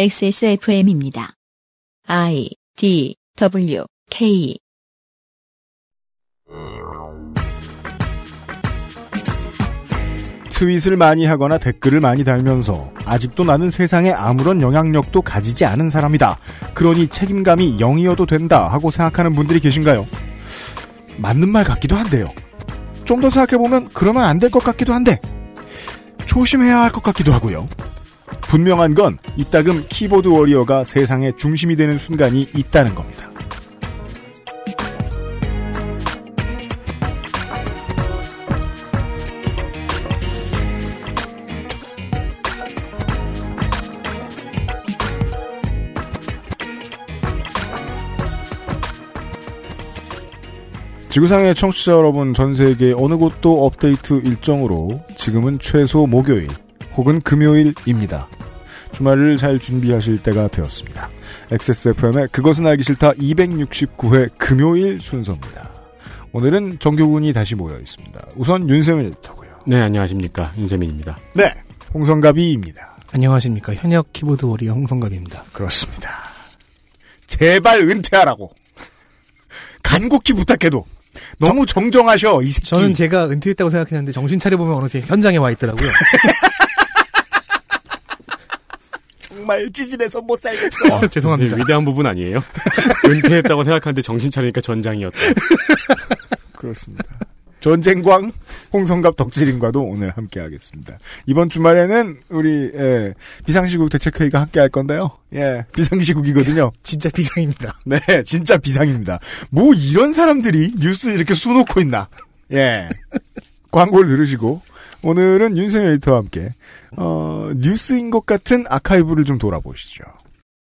XSFM입니다. I D W K 트윗을 많이 하거나 댓글을 많이 달면서 아직도 나는 세상에 아무런 영향력도 가지지 않은 사람이다. 그러니 책임감이 0이어도 된다 하고 생각하는 분들이 계신가요? 맞는 말 같기도 한데요. 좀 더 생각해보면 그러면 안 될 것 같기도 한데 조심해야 할 것 같기도 하고요. 분명한 건 이따금 키보드 워리어가 세상의 중심이 되는 순간이 있다는 겁니다. 지구상의 청취자 여러분 전 세계 어느 곳도 업데이트 일정으로 지금은 최소 목요일 혹은 금요일입니다. 주말을 잘 준비하실 때가 되었습니다. XSFM의 그것은 알기 싫다 269회 금요일 순서입니다. 오늘은 정교훈이 다시 모여 있습니다. 우선 윤세민 리터고요. 네, 안녕하십니까. 윤세민입니다. 네, 홍성갑이입니다. 안녕하십니까. 현역 키보드 워리어 홍성갑입니다. 그렇습니다. 제발 은퇴하라고 간곡히 부탁해도 너무 정정하셔 이 새끼. 저는 제가 은퇴했다고 생각했는데 정신 차려보면 어느새 현장에 와 있더라고요. 정말 찌질해서 못 살겠어. 어, 죄송합니다. 네, 위대한 부분 아니에요? 은퇴했다고 생각하는데 정신 차리니까 전장이었다. 그렇습니다. 전쟁광 홍성갑 덕질인과도 오늘 함께하겠습니다. 이번 주말에는 우리 예, 비상시국 대책회의가 함께할 건데요. 예, 비상시국이거든요. 진짜 비상입니다. 네, 진짜 비상입니다. 뭐 이런 사람들이 뉴스 이렇게 수놓고 있나? 예, 광고를 들으시고 오늘은 윤세민 에디터와 함께 어, 뉴스인 것 같은 아카이브를 좀 돌아보시죠.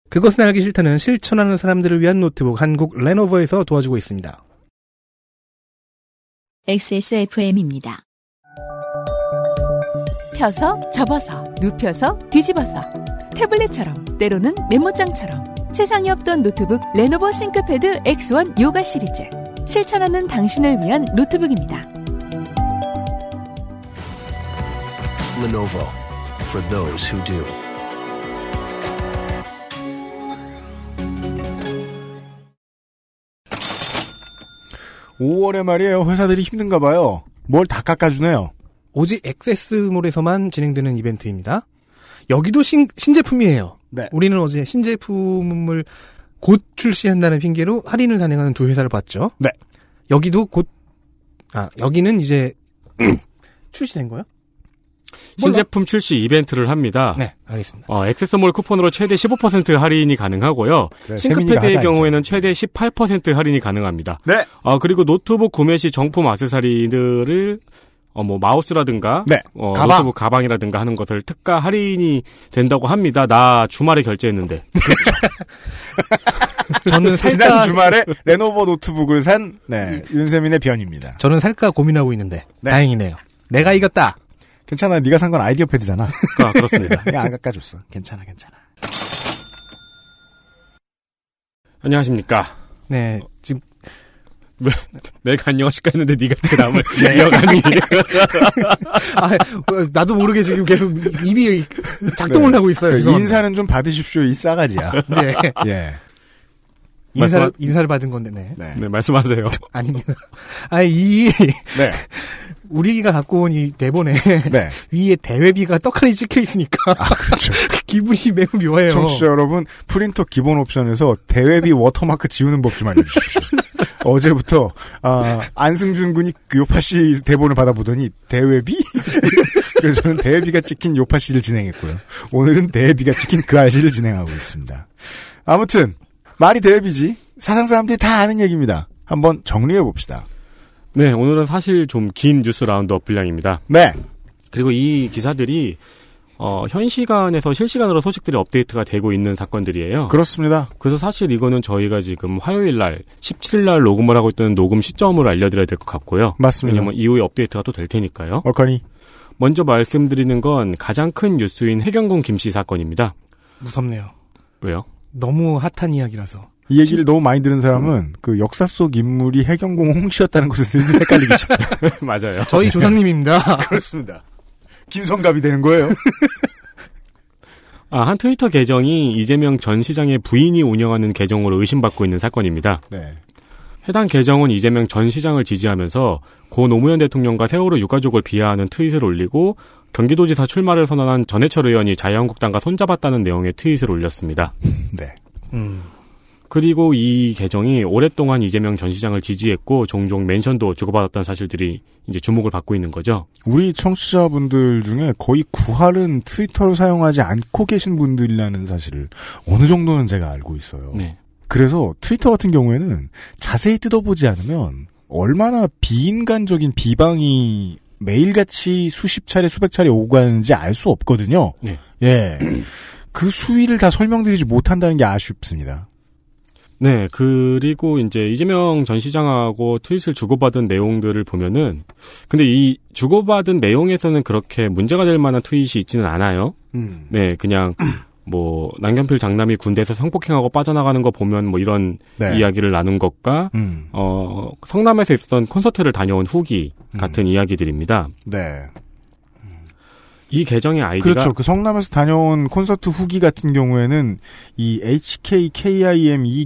그것은 알기 싫다는 실천하는 사람들을 위한 노트북 한국 레노버에서 도와주고 있습니다. XSFM입니다. 펴서 접어서 눕혀서 뒤집어서 태블릿처럼 때로는 메모장처럼 세상에 없던 노트북 레노버 싱크패드 X1 요가 시리즈 실천하는 당신을 위한 노트북입니다. Lenovo for those who do. 오월에 말이에요. 회사들이 힘든가 봐요. 뭘 다 깎아주네요. 오직 액세스몰에서만 진행되는 이벤트입니다. 여기도 신, 신제품이에요. 네. 우리는 어제 신제품을 곧 출시한다는 핑계로 할인을 단행하는 두 회사를 봤죠. 네. 여기도 곧, 아, 여기는 이제 출시된 거요? 신제품 출시 이벤트를 합니다. 네, 알겠습니다. 어, 액세서몰 쿠폰으로 최대 15% 할인이 가능하고요. 그래, 세민이가 하자, 싱크패드의 이제. 경우에는 최대 18% 할인이 가능합니다. 네. 어, 그리고 노트북 구매 시 정품 아세사리들을 어, 뭐 마우스라든가 네. 어, 가방. 노트북 가방이라든가 하는 것들 특가 할인이 된다고 합니다. 나 주말에 결제했는데. 저는 지난 살까, 주말에 레노버 노트북을 산 네, 윤세민의 변입니다. 저는 살까 고민하고 있는데 네. 다행이네요. 내가 이겼다. 괜찮아, 네가 산 건 아이디어 패드잖아. 아, 그렇습니다. 그냥 안 깎아줬어. 괜찮아, 괜찮아. 안녕하십니까. 네, 지금 내가 안녕하실까 했는데 네가 그 남을 이어가니. 아, 나도 모르게 지금 계속 입이 작동을 네. 하고 있어요. 그 죄송합니다. 인사는 좀 받으십시오, 이 싸가지야. 네. 예. 인사를 말씀하- 인사를 받은 건데, 네, 네. 네, 말씀하세요. 아닙니다. 아, 이 네. 우리가 갖고 온 이 대본에 네. 위에 대회비가 떡하니 찍혀 있으니까 아, 그렇죠. 기분이 매우 묘해요. 청취자 여러분, 프린터 기본 옵션에서 대회비 워터마크 지우는 법 좀 알려주십시오. 어제부터, 아, 안승준 군이 그 요파 씨 대본을 받아보더니, 대회비? 그래서 저는 대회비가 찍힌 요파 씨를 진행했고요. 오늘은 대회비가 찍힌 그 아씨를 진행하고 있습니다. 아무튼, 말이 대회비지, 사상 사람들이 다 아는 얘기입니다. 한번 정리해봅시다. 네, 오늘은 사실 좀 긴 뉴스 라운드업 분량입니다. 네. 그리고 이 기사들이 어, 현 시간에서 실시간으로 소식들이 업데이트가 되고 있는 사건들이에요. 그렇습니다. 그래서 사실 이거는 저희가 지금 화요일 날, 17일 날 녹음을 하고 있던 녹음 시점을 알려드려야 될 것 같고요. 맞습니다. 왜냐면 이후에 업데이트가 또 될 테니까요. 월커니. 먼저 말씀드리는 건 가장 큰 뉴스인 해경군 김씨 사건입니다. 무섭네요. 왜요? 너무 핫한 이야기라서. 이 얘기를 너무 많이 들은 사람은 그 역사 속 인물이 해경공 홍씨였다는 것을 슬슬 헷갈리기 시작. 맞아요. 네. 저희 조상님입니다. 그렇습니다. 김성갑이 되는 거예요. 아, 한 트위터 계정이 이재명 전 시장의 부인이 운영하는 계정으로 의심받고 있는 사건입니다. 네. 해당 계정은 이재명 전 시장을 지지하면서 고 노무현 대통령과 세월호 유가족을 비하하는 트윗을 올리고 경기도지사 출마를 선언한 전해철 의원이 자유한국당과 손잡았다는 내용의 트윗을 올렸습니다. 네. 그리고 이 계정이 오랫동안 이재명 전 시장을 지지했고 종종 멘션도 주고받았던 사실들이 이제 주목을 받고 있는 거죠. 우리 청취자분들 중에 거의 구할은 트위터를 사용하지 않고 계신 분들이라는 사실을 어느 정도는 제가 알고 있어요. 네. 그래서 트위터 같은 경우에는 자세히 뜯어보지 않으면 얼마나 비인간적인 비방이 매일같이 수십 차례, 수백 차례 오고 가는지 알 수 없거든요. 네. 예. 그 수위를 다 설명드리지 못한다는 게 아쉽습니다. 네, 그리고 이제 이재명 전 시장하고 트윗을 주고받은 내용들을 보면은, 근데 이 주고받은 내용에서는 그렇게 문제가 될 만한 트윗이 있지는 않아요. 음. 네, 그냥 뭐 남경필 장남이 군대에서 성폭행하고 빠져나가는 거 보면 뭐 이런 네. 이야기를 나눈 것과 음. 어 성남에서 있었던 콘서트를 다녀온 후기 음. 같은 이야기들입니다. 네. 이 계정의 아이디가 그렇죠. 그 성남에서 다녀온 콘서트 후기 같은 경우에는 이 HKKIM 이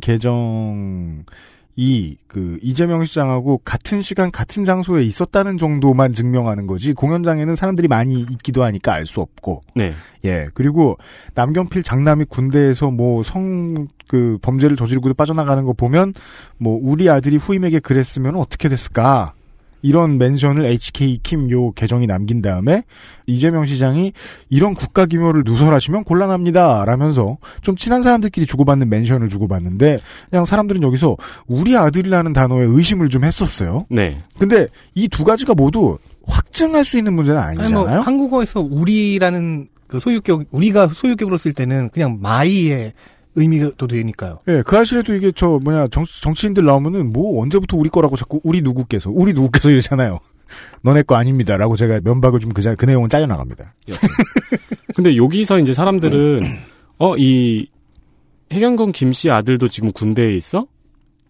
계정이 그 이재명 시장하고 같은 시간 같은 장소에 있었다는 정도만 증명하는 거지 공연장에는 사람들이 많이 있기도 하니까 알 수 없고 네. 예 그리고 남경필 장남이 군대에서 뭐 성 그 범죄를 저지르고 빠져나가는 거 보면 뭐 우리 아들이 후임에게 그랬으면 어떻게 됐을까 이런 멘션을 HK 킴 요 계정이 남긴 다음에 이재명 시장이 이런 국가 기묘를 누설하시면 곤란합니다 라면서 좀 친한 사람들끼리 주고받는 멘션을 주고받는데 그냥 사람들은 여기서 우리 아들이라는 단어에 의심을 좀 했었어요. 네. 근데 이 두 가지가 모두 확증할 수 있는 문제는 아니 뭐 아니잖아요. 한국어에서 우리라는 그 소유격 우리가 소유격으로 쓸 때는 그냥 마이의 의미가 또 되니까요. 예, 그 사실에도 이게 저 뭐냐 정, 정치인들 나오면은 뭐 언제부터 우리 거라고 자꾸 우리 누구께서 우리 누구께서 이러잖아요. 너네 거 아닙니다라고 제가 면박을 좀 그 그 내용은 짜려 나갑니다. 근데 여기서 이제 사람들은 네. 어 이 해경건 김 씨 아들도 지금 군대에 있어?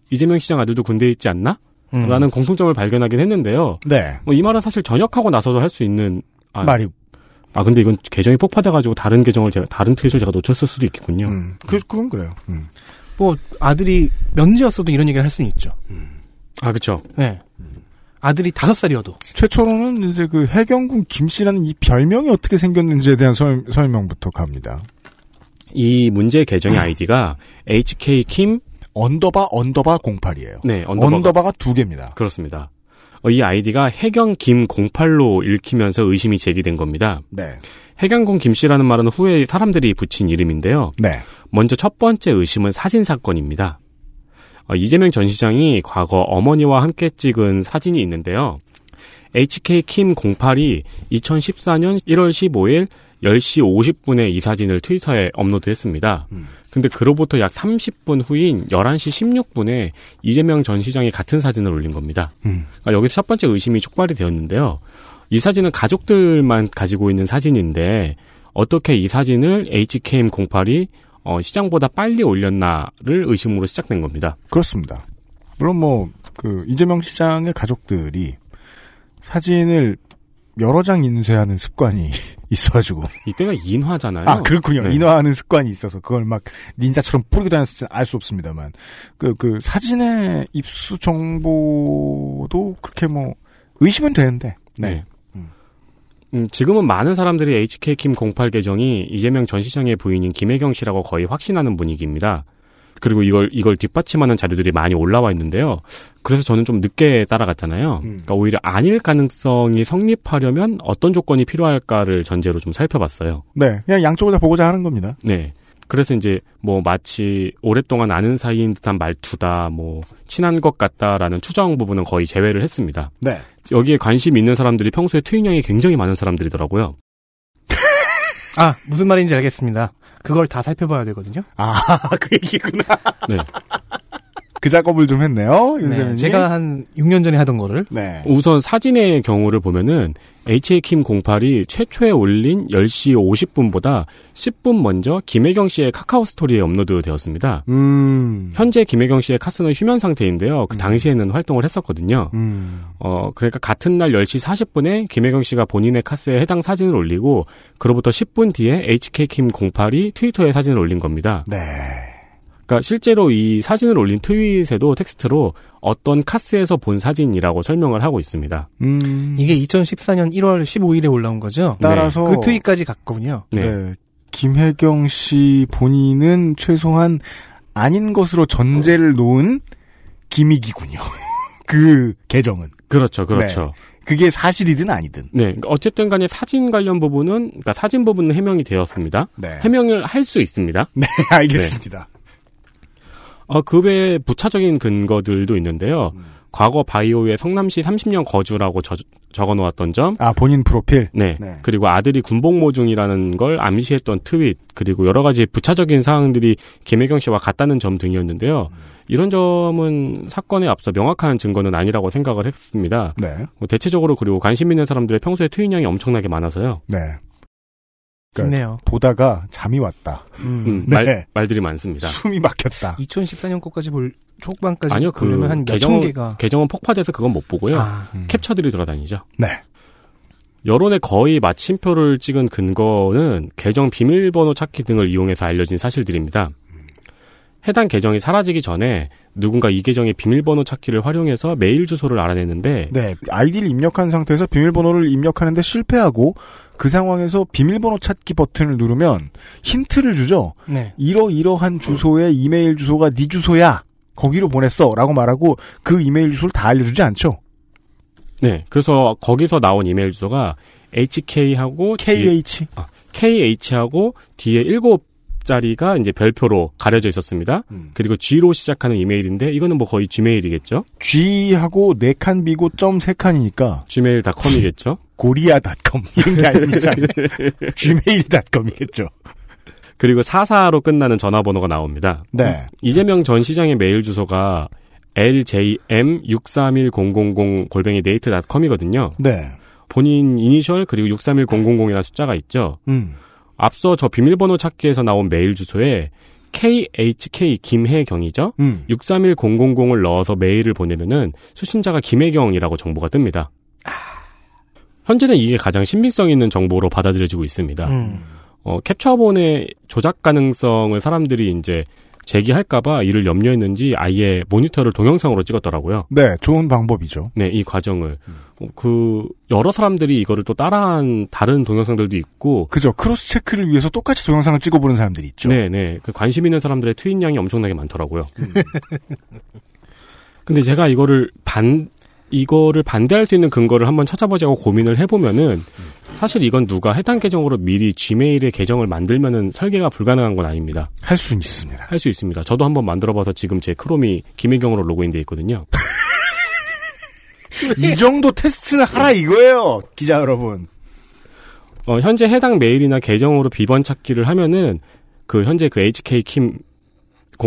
이재명 시장 아들도 군대에 있지 않나? 음. 라는 공통점을 발견하긴 했는데요. 네. 뭐 이 말은 사실 전역하고 나서도 할 수 있는 아, 말이 아 근데 이건 계정이 폭파돼가지고 다른 계정을 제가 다른 트윗을 제가 놓쳤을 수도 있겠군요. 음, 그 그건 그래요. 음. 뭐 아들이 면제였어도 이런 얘기를 할 수는 있죠. 아 그렇죠. 네. 아들이 다섯 살이어도 최초로는 이제 그 해경군 김씨라는 이 별명이 어떻게 생겼는지에 대한 설, 설명부터 갑니다. 이 문제 계정의 아이디가 HK 킴 언더바 언더바 08이에요. 네, 언더바가. 언더바가, 두 개입니다. 그렇습니다. 어, 이 아이디가 해경 김 08로 읽히면서 의심이 제기된 겁니다. 네. 해경공 김씨라는 말은 후에 사람들이 붙인 이름인데요. 네. 먼저 첫 번째 의심은 사진 사건입니다. 어, 이재명 전 시장이 과거 어머니와 함께 찍은 사진이 있는데요. HK 킴 08이 2014년 1월 15일 10시 50분에 이 사진을 트위터에 업로드했습니다. 근데 그로부터 약 30분 후인 11시 16분에 이재명 전 시장이 같은 사진을 올린 겁니다. 음. 그러니까 여기서 첫 번째 의심이 촉발이 되었는데요. 이 사진은 가족들만 가지고 있는 사진인데 어떻게 이 사진을 HKM 08이 어, 시장보다 빨리 올렸나를 의심으로 시작된 겁니다. 그렇습니다. 물론 뭐 그 이재명 시장의 가족들이 사진을 여러 장 인쇄하는 습관이 있어가지고 이때가 인화잖아요. 아 그렇군요 네. 인화하는 습관이 있어서 그걸 막 닌자처럼 뿌리고 다녔을지 알 수 없습니다만 그 그 사진의 입수 정보도 그렇게 뭐 의심은 되는데 네. 음, 지금은 많은 사람들이 HK킴 08 계정이 이재명 전 시장의 부인인 김혜경 씨라고 거의 확신하는 분위기입니다. 그리고 이걸 이걸 뒷받침하는 자료들이 많이 올라와 있는데요. 그래서 저는 좀 늦게 음. 따라갔잖아요. 그러니까 오히려 아닐 가능성이 성립하려면 어떤 조건이 필요할까를 전제로 좀 살펴봤어요. 네, 그냥 양쪽을 다 보고자 하는 겁니다. 네. 그래서 이제 뭐 마치 오랫동안 아는 사이인 듯한 말투다, 뭐 친한 것 같다라는 추정 부분은 거의 제외를 했습니다. 네. 여기에 관심 있는 사람들이 평소에 트윈형이 굉장히 많은 사람들이더라고요. 아 무슨 말인지 알겠습니다. 그걸 다 살펴봐야 되거든요. 아, 그 얘기구나. 네. 그 작업을 좀 했네요. 윤세민님. 네, 제가 한 6년 전에 하던 거를 네. 우선 사진의 경우를 보면은 HA킴08이 최초에 올린 10시 50분보다 10분 먼저 김혜경 씨의 카카오 스토리에 업로드 되었습니다. 음. 현재 김혜경 씨의 카스는 휴면 상태인데요. 그 당시에는 활동을 했었거든요. 음. 어, 그러니까 같은 날 10시 40분에 김혜경 씨가 본인의 카스에 해당 사진을 올리고 그로부터 10분 뒤에 HK킴08이 트위터에 사진을 올린 겁니다. 네. 그러니까 실제로 이 사진을 올린 트윗에도 텍스트로 어떤 카스에서 본 사진이라고 설명을 하고 있습니다. 음. 어. 이게 2014년 1월 15일에 올라온 거죠. 따라서 그 트윗까지 갔군요. 네. 네. 김혜경 씨 본인은 최소한 아닌 것으로 전제를 놓은 기믹이군요. 그 계정은 그렇죠. 그렇죠. 그게 사실이든 아니든. 네, 그러니까 어쨌든 간에 사진 관련 부분은, 그러니까 사진 부분은 해명이 되었습니다. 네. 해명을 할 수 있습니다. 네, 알겠습니다. 어, 그 외에 부차적인 근거들도 있는데요. 과거 바이오의 성남시 30년 거주라고 저- 적어놓았던 점, 아 본인 프로필. 네. 네. 그리고 아들이 군복무 중이라는 걸 암시했던 트윗, 그리고 여러 가지 부차적인 사항들이 김혜경 씨와 같다는 점 등이었는데요. 이런 점은 사건에 앞서 명확한 증거는 아니라고 생각을 했습니다. 네. 뭐 대체적으로 그리고 관심 있는 사람들의 평소에 트윗량이 엄청나게 많아서요. 네. 그러니까- 좋네요. 보다가 잠이 왔다. 음, 네. 말, 말들이 많습니다. 숨이 막혔다. 2014년 거까지 볼 초반까지 아니요, 그 보려면 한 몇 천 계정은, 개가 계정은 폭파돼서 그건 못 보고요. 아, 음. 캡처들이 돌아다니죠. 네. 여론에 거의 마침표를 찍은 근거는 계정 비밀번호 찾기 등을 이용해서 알려진 사실들입니다. 해당 계정이 사라지기 전에 누군가 이 계정의 비밀번호 찾기를 활용해서 메일 주소를 알아냈는데 네. 아이디를 입력한 상태에서 비밀번호를 입력하는데 실패하고 그 상황에서 비밀번호 찾기 버튼을 누르면 힌트를 주죠. 네. 이러이러한 주소에 이메일 주소가 네 주소야. 거기로 보냈어. 라고 말하고 그 이메일 주소를 다 알려주지 않죠. 네, 그래서 거기서 나온 이메일 주소가 hk하고 KH. kh하고 뒤에 일곱 자리가 이제 별표로 가려져 있었습니다. 음. 그리고 g로 시작하는 이메일인데 이거는 뭐 거의 gmail이겠죠? G하고 네 칸 비고 점 세 칸이니까 gmail.com이겠죠? 고리아닷컴 이런 게 아닌 이상 gmail.com이겠죠. 그리고 44로 끝나는 전화번호가 나옵니다. 네. 이재명 전 시장의 메일 주소가 ljm631000 골뱅이 네이트닷컴이거든요. 네. 본인 이니셜 그리고 631000이라는 숫자가 있죠. 음. 앞서 저 비밀번호 찾기에서 나온 메일 주소에 khk 김혜경이죠. 음. 631000을 넣어서 메일을 보내면은 수신자가 김혜경이라고 정보가 뜹니다. 아, 현재는 이게 가장 신빙성 있는 정보로 받아들여지고 있습니다. 음. 어, 캡처본의 조작 가능성을 사람들이 이제 제기할까봐 이를 염려했는지 아예 모니터를 동영상으로 찍었더라고요. 네. 좋은 방법이죠. 네, 이 과정을. 어, 그, 여러 사람들이 이거를 또 따라한 다른 동영상들도 있고, 그죠. 크로스 체크를 위해서 똑같이 동영상을 찍어보는 사람들이 있죠. 네, 네. 그 관심 있는 사람들의 트윗량이 엄청나게 많더라고요. 근데 제가 이거를 반, 이거를 반대할 수 있는 근거를 한번 찾아보자고 고민을 해보면은, 사실 이건 누가 해당 계정으로 미리 지메일의 계정을 만들면은 설계가 불가능한 건 아닙니다. 할 수는 있습니다. 할 수 있습니다. 저도 한번 만들어봐서 지금 제 크롬이 김혜경으로 로그인돼 있거든요. 이 정도 테스트는 하라 이거예요. 기자 여러분. 어, 현재 해당 메일이나 계정으로 비번 찾기를 하면은 그 현재 그 HK킴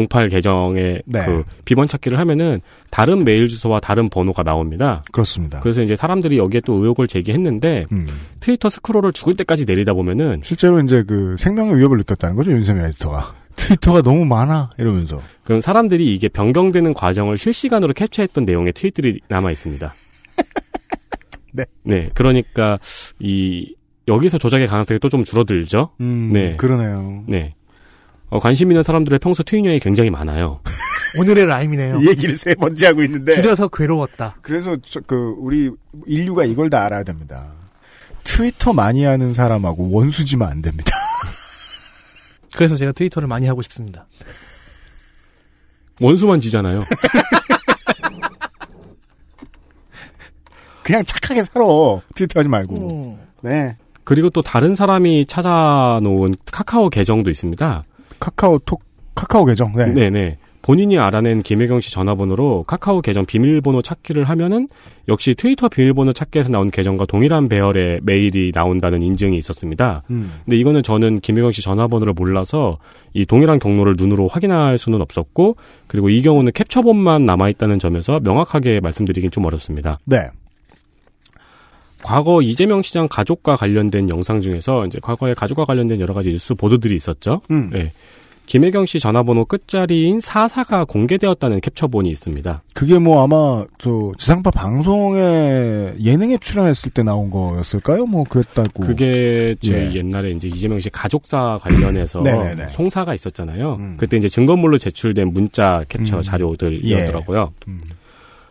08 계정의 네. 그 비번 찾기를 하면은 다른 메일 주소와 다른 번호가 나옵니다. 그렇습니다. 그래서 이제 사람들이 여기에 또 의혹을 제기했는데 음. 트위터 스크롤을 죽을 때까지 내리다 보면은 실제로 이제 그 생명의 위협을 느꼈다는 거죠. 윤세민 에디터가. 트위터가 너무 많아. 이러면서. 그럼 사람들이 이게 변경되는 과정을 실시간으로 캡처했던 내용의 트윗들이 남아 있습니다. 네. 네. 그러니까 이 여기서 조작의 가능성이 또 좀 줄어들죠. 음, 네. 그러네요. 네. 어, 관심 있는 사람들의 평소 트윗량이 굉장히 많아요. 오늘의 라임이네요. 예, 이 얘기를 세 번째 하고 네. 있는데. 줄여서 괴로웠다. 그래서 저, 그 우리 인류가 이걸 다 알아야 됩니다. 트위터 많이 하는 사람하고 원수지만 안 됩니다. 그래서 제가 트위터를 많이 하고 싶습니다. 원수만 지잖아요. 그냥 착하게 살아. 트위터 하지 음. 말고. 네. 그리고 또 다른 사람이 찾아놓은 카카오 계정도 있습니다. 카카오톡 카카오 계정. 네. 네네. 본인이 알아낸 김혜경 씨 전화번호로 카카오 계정 비밀번호 찾기를 하면은 역시 트위터 비밀번호 찾기에서 나온 계정과 동일한 배열의 메일이 나온다는 인증이 있었습니다. 음. 근데 이거는 저는 김혜경 씨 전화번호를 몰라서 이 동일한 경로를 눈으로 확인할 수는 없었고 그리고 이 경우는 캡처본만 남아 있다는 점에서 명확하게 말씀드리긴 좀 어렵습니다. 네. 과거 이재명 시장 가족과 관련된 영상 중에서 이제 과거에 가족과 관련된 여러 가지 뉴스 보도들이 있었죠. 음. 네. 김혜경 씨 전화번호 끝자리인 44가 공개되었다는 캡처본이 있습니다. 그게 뭐 아마 저 지상파 방송에 예능에 출연했을 때 나온 거였을까요? 뭐 그랬다고. 그게 제 예. 옛날에 이제 이재명 씨 가족사 관련해서 네네네. 송사가 있었잖아요. 음. 그때 이제 증거물로 제출된 문자 캡처 음. 자료들이었더라고요. 음.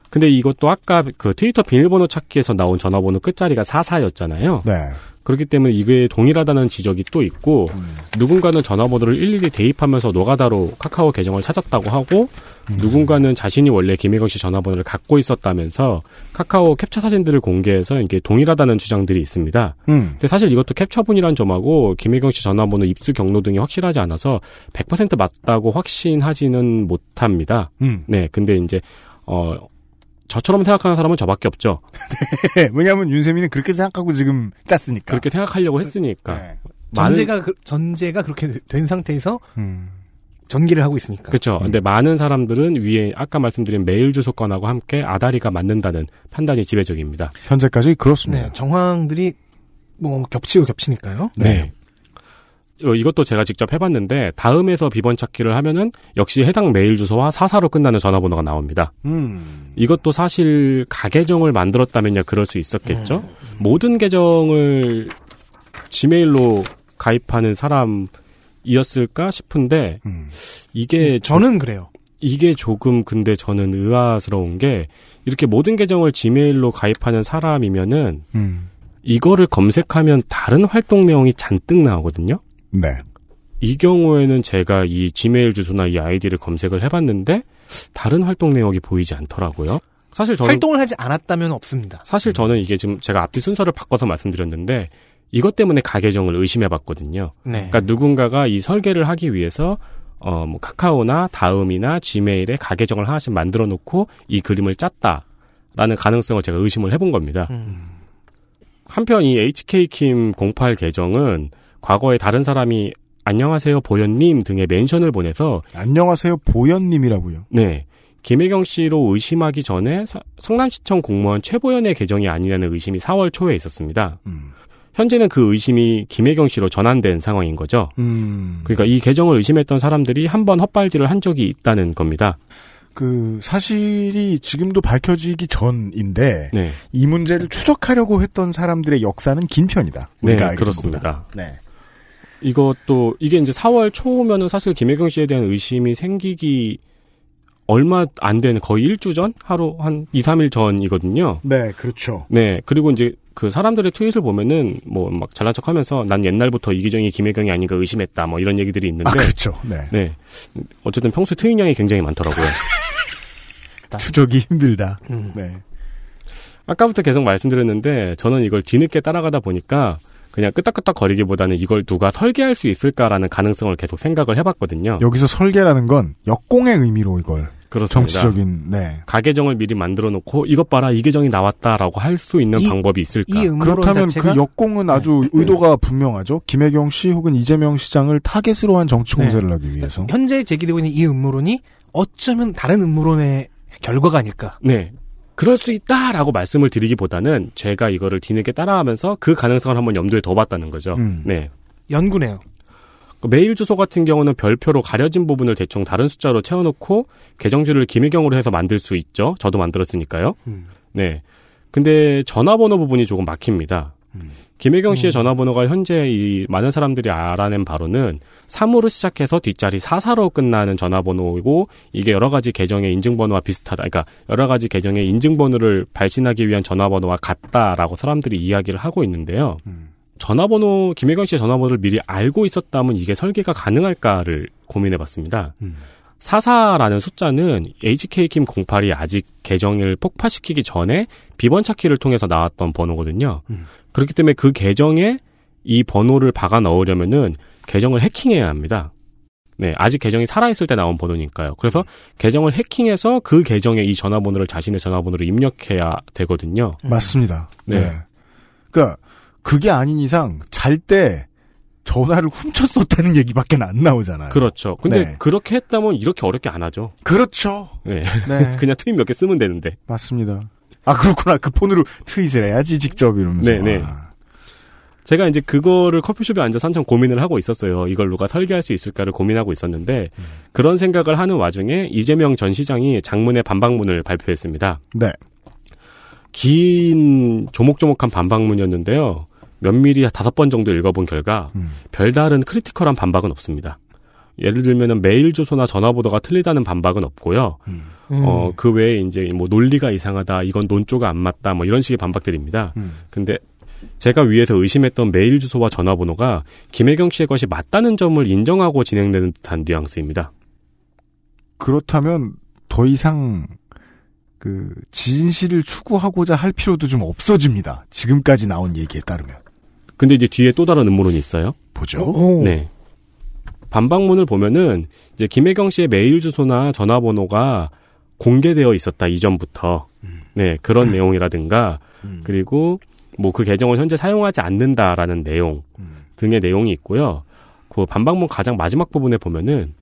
근데 이것도 아까 그 트위터 비밀번호 찾기에서 나온 전화번호 끝자리가 44였잖아요. 네. 그렇기 때문에 이게 동일하다는 지적이 또 있고 음. 누군가는 전화번호를 일일이 대입하면서 노가다로 카카오 계정을 찾았다고 하고 음. 누군가는 자신이 원래 김혜경 씨 전화번호를 갖고 있었다면서 카카오 캡처 사진들을 공개해서 이게 동일하다는 주장들이 있습니다. 음. 근데 사실 이것도 캡처본이란 점하고 김혜경 씨 전화번호 입수 경로 등이 확실하지 않아서 100% 맞다고 확신하지는 못합니다. 음. 네, 근데 이제 어 저처럼 생각하는 사람은 저밖에 없죠. 네. 왜냐하면 윤세민은 그렇게 생각하고 지금 짰으니까. 그렇게 생각하려고 했으니까. 네. 많은- 전제가 그, 전제가 그렇게 된 상태에서 음. 전기를 하고 있으니까. 그렇죠. 근데 많은 사람들은 위에 아까 말씀드린 메일 주소권하고 함께 아다리가 맞는다는 판단이 지배적입니다. 현재까지 그렇습니다. 네, 정황들이 뭐 겹치고 겹치니까요. 네. 어, 이것도 제가 직접 해봤는데 다음에서 비번 찾기를 하면은 역시 해당 메일 주소와 사사로 끝나는 전화번호가 나옵니다. 음. 이것도 사실 가계정을 만들었다면야 그럴 수 있었겠죠. 네. 모든 계정을 지메일로 가입하는 사람이었을까 싶은데 음. 이게 저는 그래요. 이게 조금 근데 저는 의아스러운 게 이렇게 모든 계정을 지메일로 가입하는 사람이면은 음. 이거를 검색하면 다른 활동 내용이 잔뜩 나오거든요. 네. 이 경우에는 제가 이 지메일 주소나 이 아이디를 검색을 해봤는데 다른 활동 내역이 보이지 않더라고요. 사실 저는 활동을 하지 않았다면 없습니다. 사실 저는 이게 지금 제가 앞뒤 순서를 바꿔서 말씀드렸는데 이것 때문에 가계정을 의심해봤거든요. 네. 그러니까 누군가가 이 설계를 하기 위해서 어, 뭐 카카오나 다음이나 지메일에 가계정을 하나씩 만들어 놓고 이 그림을 짰다라는 가능성을 제가 의심을 해본 겁니다. 음. 한편 이 HK킴08 계정은 과거에 다른 사람이 안녕하세요 보현님 등의 멘션을 보내서 안녕하세요 보현님이라고요. 네 김혜경 씨로 의심하기 전에 서- 성남시청 공무원 최보현의 계정이 아니라는 의심이 4월 초에 있었습니다. 음. 현재는 그 의심이 김혜경 씨로 전환된 상황인 거죠. 음. 그러니까 이 계정을 의심했던 사람들이 한 번 헛발질을 한 적이 있다는 겁니다. 그 사실이 지금도 밝혀지기 전인데 네, 이 문제를 추적하려고 했던 사람들의 역사는 긴 편이다. 네 우리가 알게 된 것보다. 그렇습니다. 네. 이것도 이게 이제 4월 초면은 사실 김혜경 씨에 대한 의심이 생기기 얼마 안 되는 거의 일주 전 하루 한 2, 3일 전이거든요. 네, 그렇죠. 네, 그리고 이제 그 사람들의 트윗을 보면은 뭐 막 잘난 척하면서 난 옛날부터 이 계정이 김혜경이 아닌가 의심했다 뭐 이런 얘기들이 있는데 아, 그렇죠. 네. 네 어쨌든 평소 트윗량이 굉장히 많더라고요. 추적이 힘들다. 음. 네. 아까부터 계속 말씀드렸는데 저는 이걸 뒤늦게 따라가다 보니까 그냥 끄떡끄떡 거리기보다는 이걸 누가 설계할 수 있을까라는 가능성을 계속 생각을 해봤거든요. 여기서 설계라는 건 역공의 의미로 이걸 그렇습니다. 정치적인 네. 가계정을 미리 만들어 놓고 이것 봐라 이 계정이 나왔다라고 할 수 있는 이- 방법이 있을까? 이 음모론 그렇다면 자체가 네. 그 역공은 아주 의도가 분명하죠. 김혜경 씨 혹은 이재명 시장을 타겟으로 한 정치 네. 공세를 하기 위해서. 현재 제기되고 있는 이 음모론이 어쩌면 다른 음모론의 결과가 아닐까. 네. 그럴 수 있다라고 말씀을 드리기보다는 제가 이거를 뒤늦게 따라하면서 그 가능성을 한번 염두에 둬봤다는 거죠. 음. 네. 연구네요. 그 메일 주소 같은 경우는 별표로 가려진 부분을 대충 다른 숫자로 채워놓고 계정주를 김혜경으로 해서 만들 수 있죠. 저도 만들었으니까요. 음. 네. 근데 전화번호 부분이 조금 막힙니다. 김혜경 씨의 전화번호가 현재 이 많은 사람들이 알아낸 바로는 3으로 시작해서 뒷자리 44로 끝나는 전화번호이고 이게 여러 가지 계정의 인증번호와 비슷하다. 그러니까 여러 가지 계정의 인증번호를 발신하기 위한 전화번호와 같다라고 사람들이 이야기를 하고 있는데요. 전화번호 김혜경 씨의 전화번호를 미리 알고 있었다면 이게 설계가 가능할까를 고민해봤습니다. 사사라는 숫자는 HK킴 08이 아직 계정을 폭파시키기 전에 비번 찾기를 통해서 나왔던 번호거든요. 그렇기 때문에 그 계정에 이 번호를 박아 넣으려면은 계정을 해킹해야 합니다. 네, 아직 계정이 살아있을 때 나온 번호니까요. 그래서 계정을 해킹해서 그 계정에 이 전화번호를 자신의 전화번호로 입력해야 되거든요. 맞습니다. 네. 네. 그러니까 그게 아닌 이상 잘 때 전화를 훔쳤었다는 얘기밖에 안 나오잖아요. 그렇죠. 근데 네. 그렇게 했다면 이렇게 어렵게 안 하죠. 그렇죠. 네. 네. 그냥 트윗 몇 개 쓰면 되는데. 맞습니다. 아 그렇구나. 그 폰으로 트윗을 해야지 직접 이러면서. 네, 네. 아, 제가 이제 그거를 커피숍에 앉아서 한참 고민을 하고 있었어요. 이걸 누가 설계할 수 있을까를 고민하고 있었는데, 그런 생각을 하는 와중에 이재명 전 시장이 장문의 반박문을 발표했습니다. 네. 긴 조목조목한 반박문이었는데요. 면밀히 다섯 번 정도 읽어본 결과 음. 별다른 크리티컬한 반박은 없습니다. 예를 들면 메일 주소나 전화번호가 틀리다는 반박은 없고요. 음. 어, 그 외에 이제 뭐 논리가 이상하다, 이건 논조가 안 맞다, 뭐 이런 식의 반박들입니다. 음. 근데 제가 위에서 의심했던 메일 주소와 전화번호가 김혜경 씨의 것이 맞다는 점을 인정하고 진행되는 듯한 뉘앙스입니다. 그렇다면 더 이상 그 진실을 추구하고자 할 필요도 좀 없어집니다. 지금까지 나온 얘기에 따르면 근데 이제 뒤에 또 다른 음모론이 있어요. 보죠. 네. 반박문을 보면은 이제 김혜경 씨의 메일 주소나 전화번호가 공개되어 있었다 이전부터 음. 네 그런 내용이라든가 그리고 뭐 그 계정을 현재 사용하지 않는다라는 내용 음. 등의 내용이 있고요. 그 반박문 가장 마지막 부분에 보면은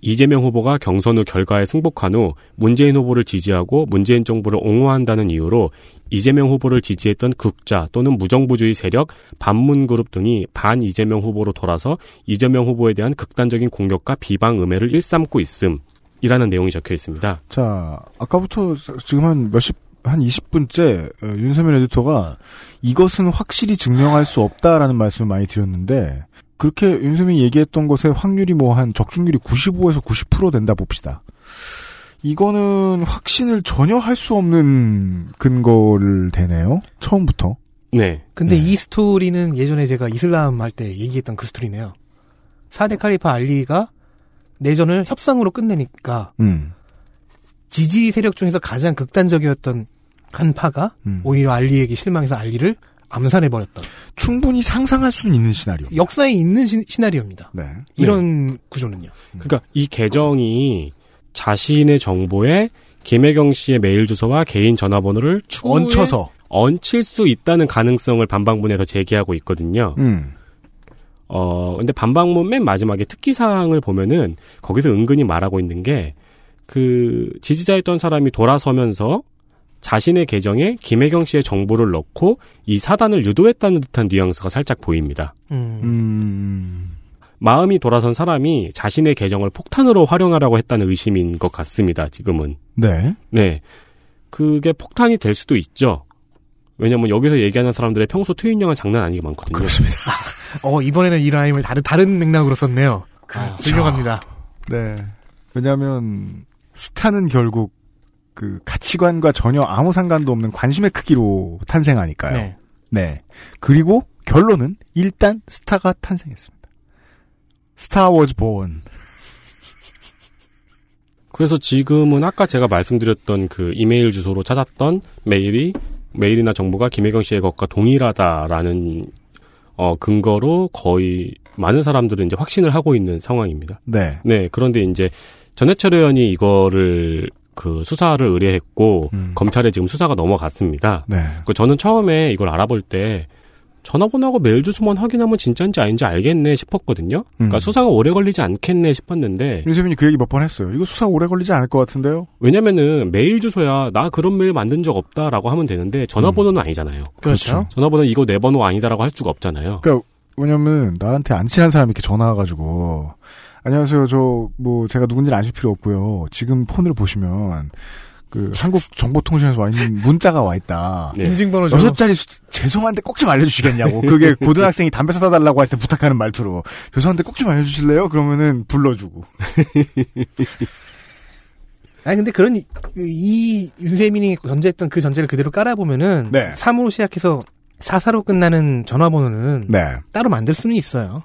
이재명 후보가 경선 후 결과에 승복한 후 문재인 후보를 지지하고 문재인 정부를 옹호한다는 이유로 이재명 후보를 지지했던 극자 또는 무정부주의 세력, 반문그룹 등이 반 이재명 후보로 돌아서 이재명 후보에 대한 극단적인 공격과 비방 음해를 일삼고 있음이라는 내용이 적혀 있습니다. 자, 아까부터 지금 한 몇십, 한 20분째 어, 윤세민 에디터가 이것은 확실히 증명할 수 없다라는 말씀을 많이 드렸는데, 그렇게 윤세민이 얘기했던 것의 확률이 뭐 한 적중률이 95에서 90% 된다 봅시다. 이거는 확신을 전혀 할 수 없는 근거를 대네요. 처음부터. 네. 근데 네. 이 스토리는 예전에 제가 이슬람 할 때 얘기했던 그 스토리네요. 4대 칼리파 알리가 내전을 협상으로 끝내니까 음. 지지 세력 중에서 가장 극단적이었던 한 파가 음. 오히려 알리에게 실망해서 알리를 암살해버렸던 충분히 상상할 수는 있는 시나리오. 역사에 있는 시, 나리오입니다 네. 이런 구조는요. 음. 그러니까 이 계정이 자신의 정보에 김혜경 씨의 메일 주소와 개인 전화번호를 추후에 얹혀서. 얹힐 수 있다는 가능성을 반박문에서 제기하고 있거든요. 음. 어, 근데 반박문 맨 마지막에 특기사항을 보면은 거기서 은근히 말하고 있는 게, 그, 지지자였던 사람이 돌아서면서 자신의 계정에 김혜경 씨의 정보를 넣고 이 사단을 유도했다는 듯한 뉘앙스가 살짝 보입니다. 음. 음. 마음이 돌아선 사람이 자신의 계정을 폭탄으로 활용하라고 했다는 의심인 것 같습니다, 지금은. 네. 네. 그게 폭탄이 될 수도 있죠. 왜냐면 여기서 얘기하는 사람들의 평소 트윈형은 장난 아니게 많거든요. 그렇습니다. 어 이번에는 이 라임을 다른 다른 맥락으로 썼네요. 아, 훌륭합니다. 네. 왜냐하면 스타는 결국 그 가치관과 전혀 아무 상관도 없는 관심의 크기로 탄생하니까요. 네. 네. 그리고 결론은 일단 스타가 탄생했습니다. 스타워즈 보원. 그래서 지금은 아까 제가 말씀드렸던 그 이메일 주소로 찾았던 메일이 메일이나 정보가 김혜경 씨의 것과 동일하다라는 어, 근거로 거의 많은 사람들은 이제 확신을 하고 있는 상황입니다. 네. 네, 그런데 이제 전해철 의원이 이거를 그 수사를 의뢰했고 음. 검찰에 지금 수사가 넘어갔습니다. 네. 그 저는 처음에 이걸 알아볼 때 전화번호하고 메일 주소만 확인하면 진짜인지 아닌지 알겠네 싶었거든요. 그러니까 음. 수사가 오래 걸리지 않겠네 싶었는데 윤세민이 그 얘기 몇 번 했어요. 이거 수사 오래 걸리지 않을 것 같은데요? 왜냐면은 메일 주소야 나 그런 메일 만든 적 없다라고 하면 되는데 전화번호는 음. 아니잖아요. 그렇죠. 전화번호 이거 내 번호 아니다라고 할 수가 없잖아요. 왜냐면 나한테 안 친한 사람이 이렇게 전화 와가지고 안녕하세요 저 뭐 제가 누군지는 아실 필요 없고요 지금 폰을 보시면 그 한국 정보통신에서 와 있는 문자가 와 있다 네. 그 인증번호 좀 여섯 자리 수, 죄송한데 꼭 좀 알려주시겠냐고 그게 고등학생이 담배 사다 달라고 할 때 부탁하는 말투로 죄송한데 꼭 좀 알려주실래요 그러면은 불러주고 아니 근데 그런 이, 이 윤세민이 전제했던 그 전제를 그대로 깔아보면은 네. 3으로 시작해서 4사로 끝나는 전화번호는 네아네 아, 네. 따로 만들 수는 있어요.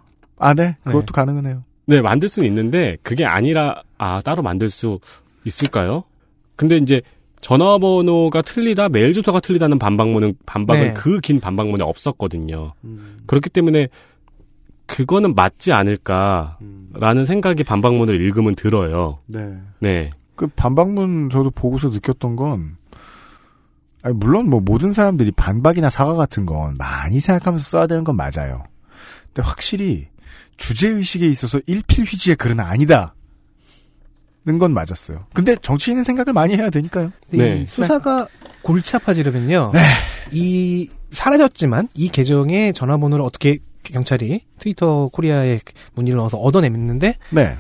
그것도 가능은 해요 네 만들 수는 있는데 그게 아니라 아 따로 만들 수 있을까요? 근데 이제 전화번호가 틀리다 메일 주소가 틀리다는 반박문은 반박은 네. 음. 그 긴 반박문에 없었거든요. 그렇기 때문에 그거는 맞지 않을까 음. 라는 생각이 반박문을 읽으면 들어요. 네. 네. 그 반박문 저도 보고서 느꼈던 건 아니 물론 뭐 모든 사람들이 반박이나 사과 같은 건 많이 생각하면서 써야 되는 건 맞아요. 근데 확실히 주제 의식에 있어서 일필휘지의 글은 아니다. 는건 맞았어요. 근데 정치인은 생각을 많이 해야 되니까요. 근데 네. 이 수사가 골치 아파지려면요. 이 사라졌지만 이 계정의 전화번호를 어떻게 경찰이 트위터 코리아에 문의를 넣어서 얻어냈는데 네.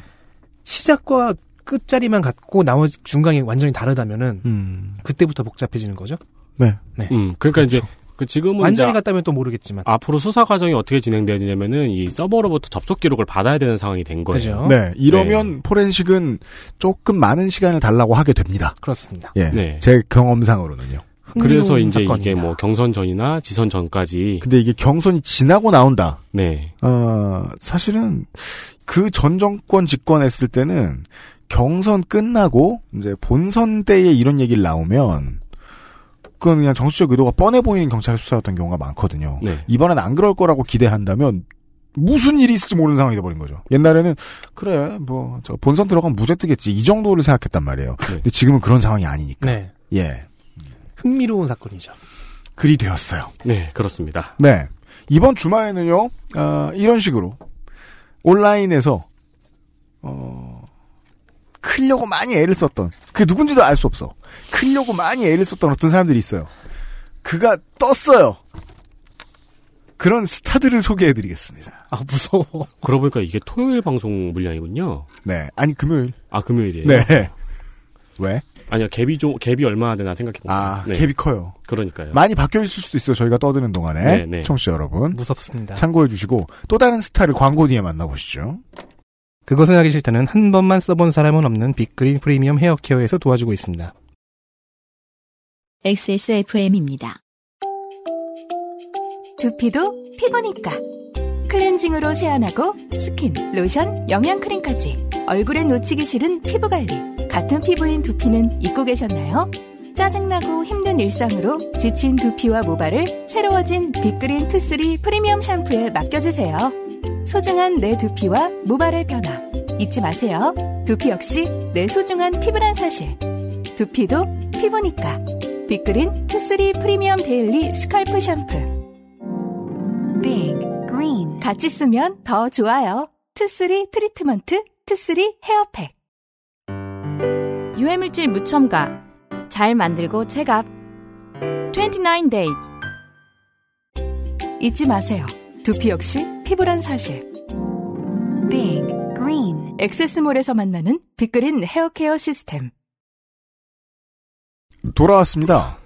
시작과 끝자리만 같고 나머지 중간이 완전히 다르다면은 음. 그때부터 복잡해지는 거죠. 음, 그러니까 이제 그 지금은 그렇죠. 이제 완전히 아, 같다면 또 모르겠지만. 앞으로 수사 과정이 어떻게 진행되냐면은 이 서버로부터 접속 기록을 받아야 되는 상황이 된 거예요. 그죠? 네. 이러면 포렌식은 조금 많은 시간을 달라고 하게 됩니다. 그렇습니다. 예. 네. 제 경험상으로는요. 그래서 흥미로운 이제 이게 사건입니다. 그 뭐 경선 전이나 지선 전까지 근데 이게 경선이 지나고 나온다. 네. 어, 사실은 그 전 정권 집권했을 때는 경선 끝나고 이제 본선 때에 이런 얘기를 나오면 그건 그냥 정치적 의도가 뻔해 보이는 경찰의 수사였던 경우가 많거든요. 네. 이번엔 안 그럴 거라고 기대한다면 무슨 일이 있을지 모르는 상황이 돼버린 거죠. 옛날에는 그래 뭐 저 본선 들어가면 무죄 뜨겠지 이 정도를 생각했단 말이에요. 네. 근데 지금은 그런 상황이 아니니까 네. 예 흥미로운 사건이죠. 그리 되었어요. 네, 그렇습니다. 네. 이번 주말에는요, 어, 이런 식으로, 온라인에서, 어, 크려고 많이 애를 썼던, 그 누군지도 알 수 없어. 크려고 많이 애를 썼던 어떤 사람들이 있어요. 그가 떴어요. 그런 스타들을 소개해드리겠습니다. 아, 무서워. 그러고 보니까 이게 토요일 방송 물량이군요. 네. 아니, 금요일. 아, 금요일이에요. 네. 왜? 아니요, 갭이 좀 갭이 얼마나 되나 생각해 보면. 아, 네. 갭이 커요. 그러니까요. 많이 바뀌어있을 수도 있어요. 저희가 떠드는 동안에. 네, 네. 청취자 여러분. 무섭습니다. 참고해주시고, 또 다른 스타를 광고 뒤에 만나보시죠. 그것은 하기 싫다는 한 번만 써본 사람은 없는 빅그린 프리미엄 헤어케어에서 도와주고 있습니다. XSFM입니다. 두피도 피부니까 클렌징으로 세안하고 스킨, 로션, 영양크림까지 얼굴에 놓치기 싫은 피부관리 같은 피부인 두피는 잊고 계셨나요? 짜증나고 힘든 일상으로 지친 두피와 모발을 새로워진 빅그린 투쓰리 프리미엄 샴푸에 맡겨주세요 소중한 내 두피와 모발의 변화 잊지 마세요 두피 역시 내 소중한 피부란 사실 두피도 피부니까 빅그린 투쓰리 프리미엄 데일리 스칼프 샴푸 Big green. 같이 쓰면 더 좋아요. 투쓰리 트리트먼트, 투쓰리 헤어팩. 유해물질 무첨가 잘 만들고 체갑 29 days 잊지 마세요. 두피 역시 피부란 사실. Big green. 엑세스몰에서 만나는 빅그린 헤어케어 시스템. 돌아왔습니다.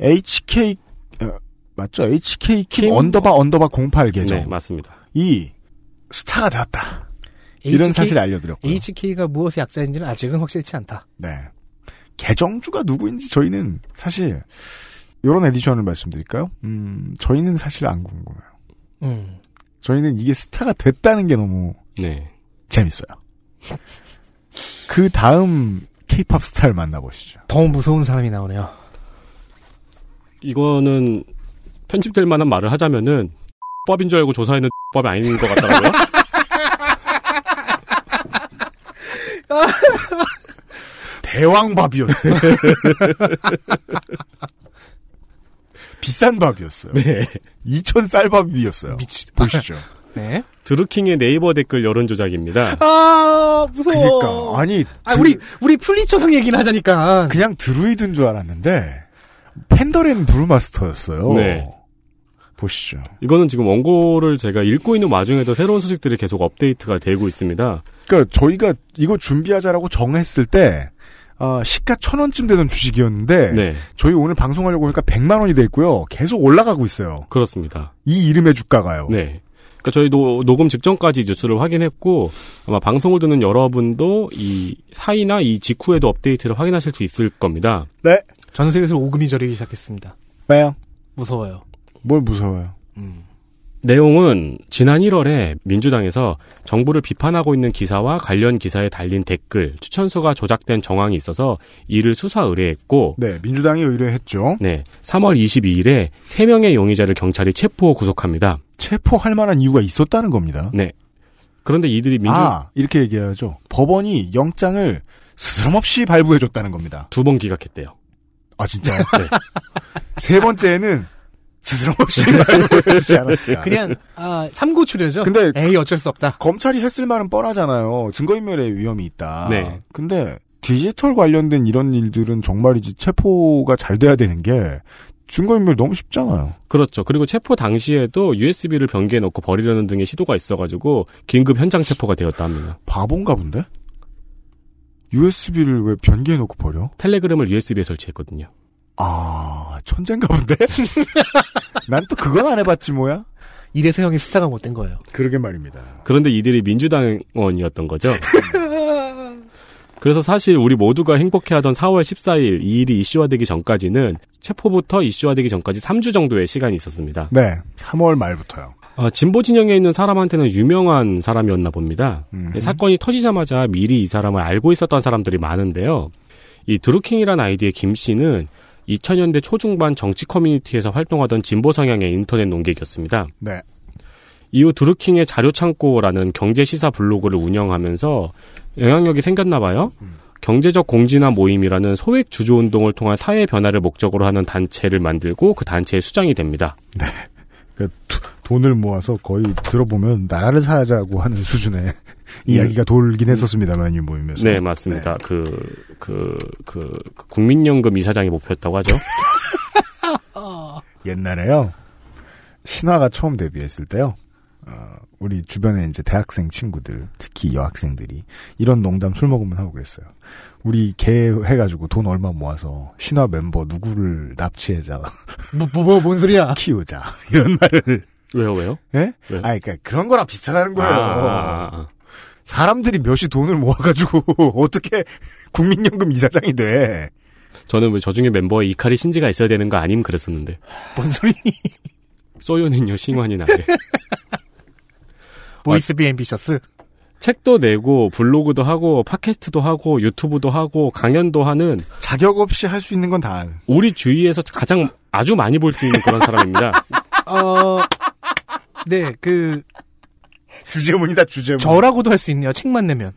HK 어, 맞죠? HK 킴 킴? 언더바 언더바 08 계정 네, 맞습니다. 이 스타가 되었다. 이런 사실 알려드렸고요. HK가 무엇의 약자인지는 아직은 확실치 않다. 네. 계정주가 누구인지 저희는 사실 이런 에디션을 말씀드릴까요? 음, 저희는 사실 안 궁금해요. 음. 저희는 이게 스타가 됐다는 게 너무 네. 재밌어요. 그 다음 K-팝 스타를 만나보시죠. 더 무서운 사람이 나오네요. 이거는 편집될 만한 말을 하자면은 법인 줄 알고 조사했는 법이 아닌 것 같더라고요. 대왕 밥이었어요. 비싼 밥이었어요. 네. 2천 쌀밥이었어요. 미치 보시죠. 네. 드루킹의 네이버 댓글 여론 조작입니다. 아, 무서워. 그러니까 아니 아, 드- 우리, 우리 플리처상 얘기를 하자니까. 그냥 드루이드인 줄 알았는데 팬더렌 브루마스터였어요. 네. 보시죠. 이거는 지금 원고를 제가 읽고 있는 와중에도 새로운 소식들이 계속 업데이트가 되고 있습니다. 그러니까 저희가 이거 준비하자라고 정했을 때 아, 시가 천 원쯤 되던 주식이었는데 네, 저희 오늘 방송하려고 하니까 100만 원이 돼 있고요. 계속 올라가고 있어요. 그렇습니다. 이 이름의 주가가요. 네. 그러니까 저희 도 녹음 직전까지 뉴스를 확인했고 아마 방송을 듣는 여러분도 이 사이나 이 직후에도 업데이트를 확인하실 수 있을 겁니다. 네. 전 슬슬 오금이 저리기 시작했습니다. 왜요? 무서워요. 뭘 무서워요? 내용은 지난 1월에 민주당에서 정부를 비판하고 있는 기사와 관련 기사에 달린 댓글 추천수가 조작된 정황이 있어서 이를 수사 의뢰했고 네, 민주당이 의뢰했죠. 네, 3월 22일에 3명의 용의자를 경찰이 체포 구속합니다. 체포할 만한 이유가 있었다는 겁니다. 네. 그런데 이들이 민주 아 이렇게 얘기해야죠. 법원이 영장을 스스럼없이 발부해줬다는 겁니다. 두 번 기각했대요. 아 진짜요? 네. 세 번째는 스스럼없이 네. 발부해주지 않았어요. 그냥 아 삼고추려죠. 근데 에이 어쩔 수 없다. 검찰이 했을 말은 뻔하잖아요. 증거인멸의 위험이 있다. 네. 근데 디지털 관련된 이런 일들은 정말이지 체포가 잘 돼야 되는 게 증거인멸 너무 쉽잖아요. 그렇죠. 그리고 체포 당시에도 USB를 변기에 넣고 버리려는 등의 시도가 있어가지고 긴급 현장 체포가 되었다 합니다. 바본가 본데? USB를 왜 변기에 넣고 버려? 텔레그램을 USB에 설치했거든요. 아, 천재인가 본데? 난 또 그건 안 해봤지 뭐야? 이래서 형이 스타가 못 된 거예요. 그러게 말입니다. 그런데 이들이 민주당원이었던 거죠. 그래서 사실 우리 모두가 행복해하던 4월 14일 이 일이 이슈화되기 전까지는 체포부터 이슈화되기 전까지 3주 정도의 시간이 있었습니다. 네, 3월 말부터요. 어, 진보 진영에 있는 사람한테는 유명한 사람이었나 봅니다. 음. 이 사건이 터지자마자 미리 이 사람을 알고 있었던 사람들이 많은데요. 이 드루킹이라는 아이디의 김 씨는 2000년대 초중반 정치 커뮤니티에서 활동하던 진보 성향의 인터넷 농객이었습니다. 네, 이후 드루킹의 자료 창고라는 경제 시사 블로그를 운영하면서 영향력이 생겼나 봐요. 음. 경제적 공진화 모임이라는 소액 주주 운동을 통한 사회 변화를 목적으로 하는 단체를 만들고 그 단체의 수장이 됩니다. 그 두- 돈을 모아서 거의 들어보면 나라를 사자고 하는 수준의 이야기가 돌긴 했었습니다만 이 모임에서. 네, 맞습니다. 그, 그, 그, 그 국민연금 이사장이 목표였다고 하죠. 옛날에요. 신화가 처음 데뷔했을 때요. 어, 우리 주변에 이제 대학생 친구들, 특히 여학생들이 이런 농담 술 먹으면 하고 그랬어요. 우리 개 해가지고 돈 얼마 모아서 신화 멤버 누구를 납치해자 뭐뭐뭔 소리야? 키우자 이런 말을. 왜요, 왜요? 예? 왜? 아니 그러니까 그런 거랑 비슷하다는 거예요. 아, 사람들이 몇이 돈을 모아가지고 어떻게 국민연금 이사장이 돼? 저는 왜 저중에 멤버에 이카리 신지가 있어야 되는 거 아님 그랬었는데. 뭔 소리? 소요는요, 싱환이 나게. 보이스 비 앰비셔스. 책도 내고, 블로그도 하고, 팟캐스트도 하고, 유튜브도 하고, 강연도 하는, 자격 없이 할 수 있는 건 다. 우리 주위에서 가장 아주 많이 볼 수 있는 그런 사람입니다. 어. 네, 그 주제문이다 주제문. 저라고도 할 수 있네요. 책만 내면.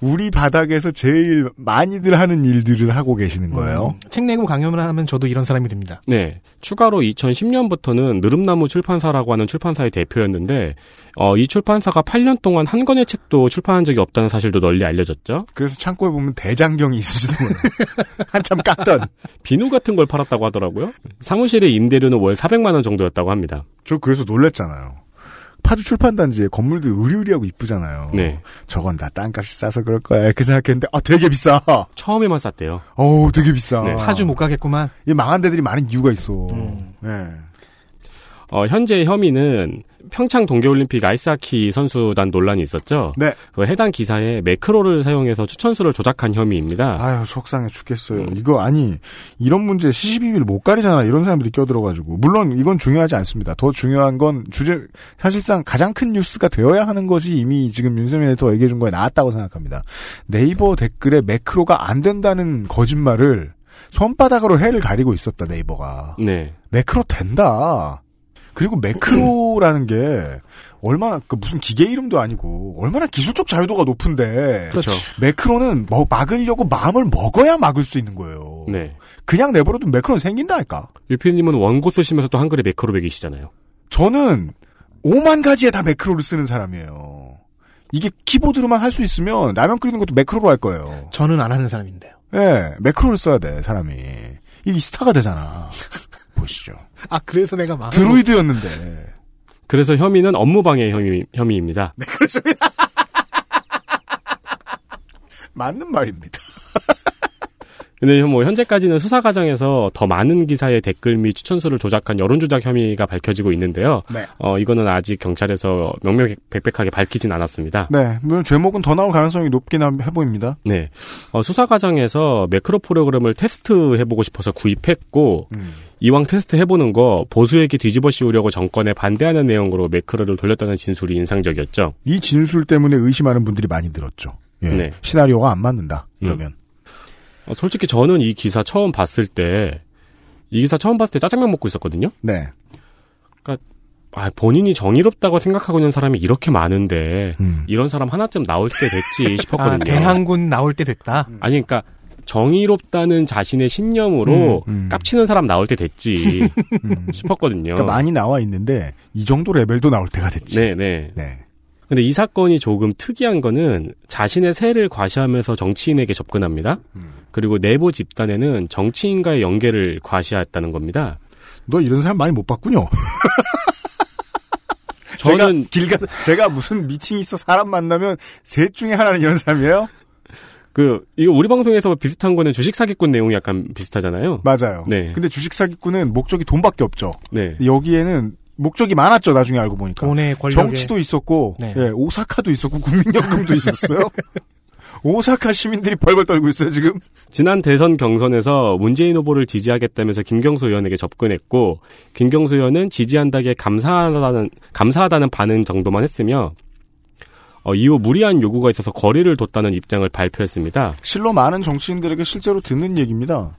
우리 바닥에서 제일 많이들 하는 일들을 하고 계시는 거예요. 음, 책 내고 강연을 하면 저도 이런 사람이 됩니다. 네. 추가로 2010년부터는 느릅나무 출판사라고 하는 출판사의 대표였는데, 어, 이 출판사가 8년 동안 한 권의 책도 출판한 적이 없다는 사실도 널리 알려졌죠. 그래서 창고에 보면 대장경이 있으시도 몰라요. 한참 깠던. 비누 같은 걸 팔았다고 하더라고요. 사무실의 임대료는 월 400만 원 정도였다고 합니다. 저 그래서 놀랬잖아요. 파주 출판단지에 건물들 으리으리하고 이쁘잖아요. 네. 저건 다 땅값이 싸서 그럴 거야 이렇게 생각했는데 아 되게 비싸. 처음에만 쌌대요. 어우 되게 비싸. 네, 파주 못 가겠구만. 이 망한 데들이 많은 이유가 있어. 음. 네. 어, 현재 혐의는 평창 동계올림픽 아이스하키 선수단 논란이 있었죠. 네. 그 해당 기사에 매크로를 사용해서 추천수를 조작한 혐의입니다. 아유 속상해 죽겠어요. 음. 이거 아니 이런 문제 시시비비를 못 가리잖아 이런 사람들이 껴들어가지고 물론 이건 중요하지 않습니다. 더 중요한 건 주제 사실상 가장 큰 뉴스가 되어야 하는 것이 이미 지금 윤세민 에디터 얘기해 준 거에 나왔다고 생각합니다. 네이버 댓글에 매크로가 안 된다는 거짓말을 손바닥으로 해를 가리고 있었다 네이버가 네. 매크로 된다. 그리고 매크로라는 게 얼마나 그 무슨 기계 이름도 아니고 얼마나 기술적 자유도가 높은데 그렇죠. 매크로는 뭐 막으려고 마음을 먹어야 막을 수 있는 거예요. 네. 그냥 내버려도 매크로는 생긴다니까. 유피님은 원고 쓰시면서 또 한글에 매크로 베기시잖아요. 저는 오만 가지에 다 매크로를 쓰는 사람이에요. 이게 키보드로만 할 수 있으면 라면 끓이는 것도 매크로로 할 거예요. 저는 안 하는 사람인데요. 예, 매크로를 써야 돼 사람이. 이게 스타가 되잖아. 보시죠. 아 그래서 내가 막 드로이드였는데. 네, 그래서 혐의는 업무방해 혐의, 혐의입니다. 맞는 말입니다. 근데 뭐 현재까지는 수사 과정에서 더 많은 기사의 댓글 및 추천수를 조작한 여론 조작 혐의가 밝혀지고 있는데요. 네. 어 이거는 아직 경찰에서 명명백백하게 밝히진 않았습니다. 네, 물론 죄목은 더 나올 가능성이 높긴 함- 해 보입니다. 네. 어, 수사 과정에서 매크로 프로그램을 테스트 해보고 싶어서 구입했고 이왕 테스트 해보는 거 보수에게 뒤집어 씌우려고 정권에 반대하는 내용으로 매크로를 돌렸다는 진술이 인상적이었죠. 이 진술 때문에 의심하는 분들이 많이 늘었죠. 예, 네. 시나리오가 안 맞는다. 이러면 어, 솔직히 저는 이 기사 처음 봤을 때 이 기사 처음 봤을 때 짜장면 먹고 있었거든요. 네, 아, 본인이 정의롭다고 생각하고 있는 사람이 이렇게 많은데 음. 이런 사람 하나쯤 나올 때 됐지 아, 싶었거든요. 대항군 나올 때 됐다. 아니 그러니까 정의롭다는 자신의 신념으로 음, 음. 깝치는 사람 나올 때 됐지 싶었거든요. 그러니까 많이 나와 있는데 이 정도 레벨도 나올 때가 됐지. 어. 네, 네. 네. 근데 이 사건이 조금 특이한 거는 자신의 세를 과시하면서 정치인에게 접근합니다. 음. 그리고 내부 집단에는 정치인과의 연계를 과시했다는 겁니다. 너 이런 사람 많이 못 봤군요. 저는- 제가 길가 제가 무슨 미팅 있어 사람 만나면 셋 중에 하나는 이런 사람이에요? 그 이거 우리 방송에서 비슷한 거는 주식 사기꾼 내용이 약간 비슷하잖아요. 맞아요. 네. 근데 주식 사기꾼은 목적이 돈밖에 없죠. 네. 근데 여기에는 목적이 많았죠. 나중에 알고 보니까 돈의 권력에 정치도 있었고 네. 예, 오사카도 있었고 국민연금도 있었어요. 오사카 시민들이 벌벌 떨고 있어요 지금. 지난 대선 경선에서 문재인 후보를 지지하겠다면서 김경수 의원에게 접근했고 김경수 의원은 지지한다기에 감사하다는 감사하다는 반응 정도만 했으며 어, 이후 무리한 요구가 있어서 거리를 뒀다는 입장을 발표했습니다. 실로 많은 정치인들에게 실제로 듣는 얘기입니다.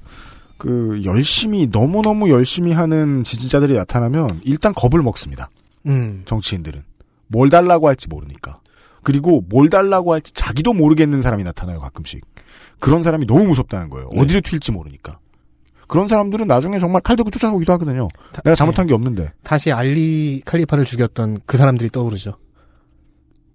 그 열심히 너무너무 열심히 하는 지지자들이 나타나면 일단 겁을 먹습니다. 음. 정치인들은 뭘 달라고 할지 모르니까. 그리고 뭘 달라고 할지 자기도 모르겠는 사람이 나타나요 가끔씩. 그런 사람이 너무 무섭다는 거예요. 네. 어디로 튈지 모르니까. 그런 사람들은 나중에 정말 칼 들고 쫓아오기도 하거든요. 다- 내가 잘못한 게 없는데. 네. 다시 알리 칼리파를 죽였던 그 사람들이 떠오르죠.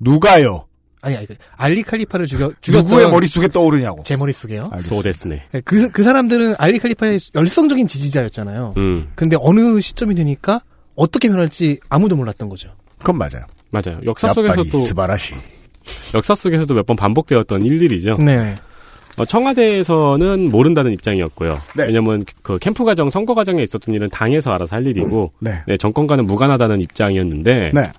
누가요? 아니, 아니 그 알리 칼리파를 아. 죽여 죽였던 누구의 머릿속에 떠오르냐고. 제 머릿속에요. 알겠습니다. 소데스네. 그, 그 사람들은 알리 칼리파의 열성적인 지지자였잖아요. 음 근데 어느 시점이 되니까 어떻게 변할지 아무도 몰랐던 거죠. 그건 맞아요. 맞아요. 역사 속에서도 스바라시. 역사 속에서도 몇 번 반복되었던 일들이죠. 네. 어, 청와대에서는 모른다는 입장이었고요. 네. 왜냐면 그 캠프 과정 선거 과정에 있었던 일은 당에서 알아서 할 일이고 네. 네, 정권과는 무관하다는 입장이었는데 네.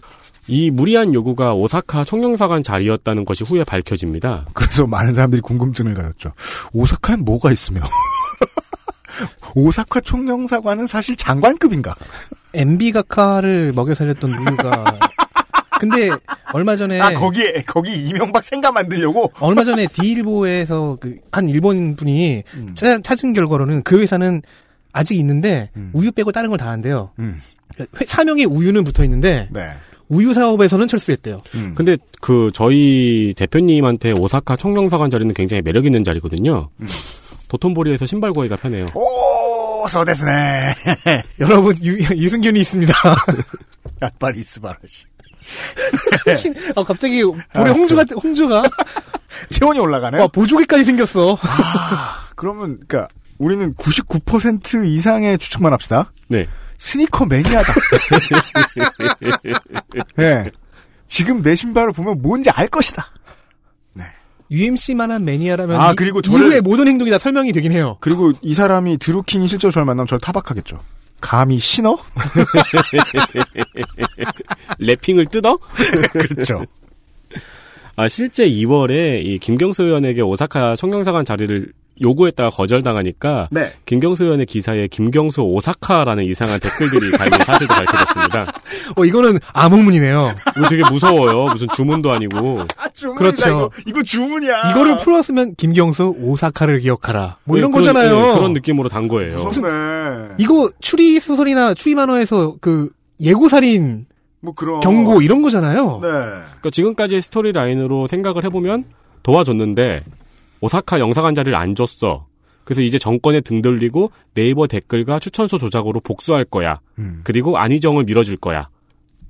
이 무리한 요구가 오사카 총영사관 자리였다는 것이 후에 밝혀집니다. 그래서 많은 사람들이 궁금증을 가졌죠. 오사카엔 뭐가 있으며? 오사카 총영사관은 사실 장관급인가? MB 가카를 먹여 살렸던 우유가 근데 얼마 전에 아 거기에 거기 이명박 생각 만들려고 얼마 전에 디일보에서 그 한 일본 분이 음. 찾- 찾은 결과로는 그 회사는 아직 있는데 음. 우유 빼고 다른 걸 다 한대요. 음. 회- 사명에 우유는 붙어 있는데 네. 우유 사업에서는 철수했대요. 음. 근데 그 저희 대표님한테 오사카 총영사관 자리는 굉장히 매력 있는 자리거든요. 도톤보리에서 신발 구하기가 편해요. 오 서데스네. 여러분 유, 유승균이 있습니다. 야빨이 스바라시. 신- 어, 갑자기 볼에 알았어. 홍주가 홍주가 체온이 올라가네. 와 보조개까지 생겼어. 그러면 그러니까 우리는 99% 이상의 추측만 합시다. 네. 스니커 매니아다. 네. 지금 내 신발을 보면 뭔지 알 것이다. 네. UMC만한 매니아라면 아, 이- 그리고 저를- 이후의 모든 행동이 다 설명이 되긴 해요. 그리고 이 사람이 드루킹이 실제로 저를 만나면 저를 타박하겠죠. 감히 신어? 랩핑을 뜯어? 그렇죠. 아, 실제 2월에 이 김경수 의원에게 오사카 총영사관 자리를 요구했다가 거절당하니까 네. 김경수 의원의 기사에 김경수 오사카라는 이상한 댓글들이 달린 사실도 밝혀졌습니다. 어 이거는 암호문이네요. 이거 되게 무서워요. 무슨 주문도 아니고. 아, 주문이다, 그렇죠. 이거, 이거 주문이야. 이거를 풀었으면 김경수 오사카를 기억하라. 뭐 이런 그런- 거잖아요. 네, 그런 느낌으로 단 거예요. 무섭네. 이거 추리 소설이나 추리 만화에서 그 예고살인 뭐 그런. 경고 이런 거잖아요. 네. 그러니까 지금까지의 스토리 라인으로 생각을 해보면 도와줬는데 오사카 영사관 자리를 안 줬어. 그래서 이제 정권에 등돌리고 네이버 댓글과 추천서 조작으로 복수할 거야. 음. 그리고 안희정을 밀어줄 거야.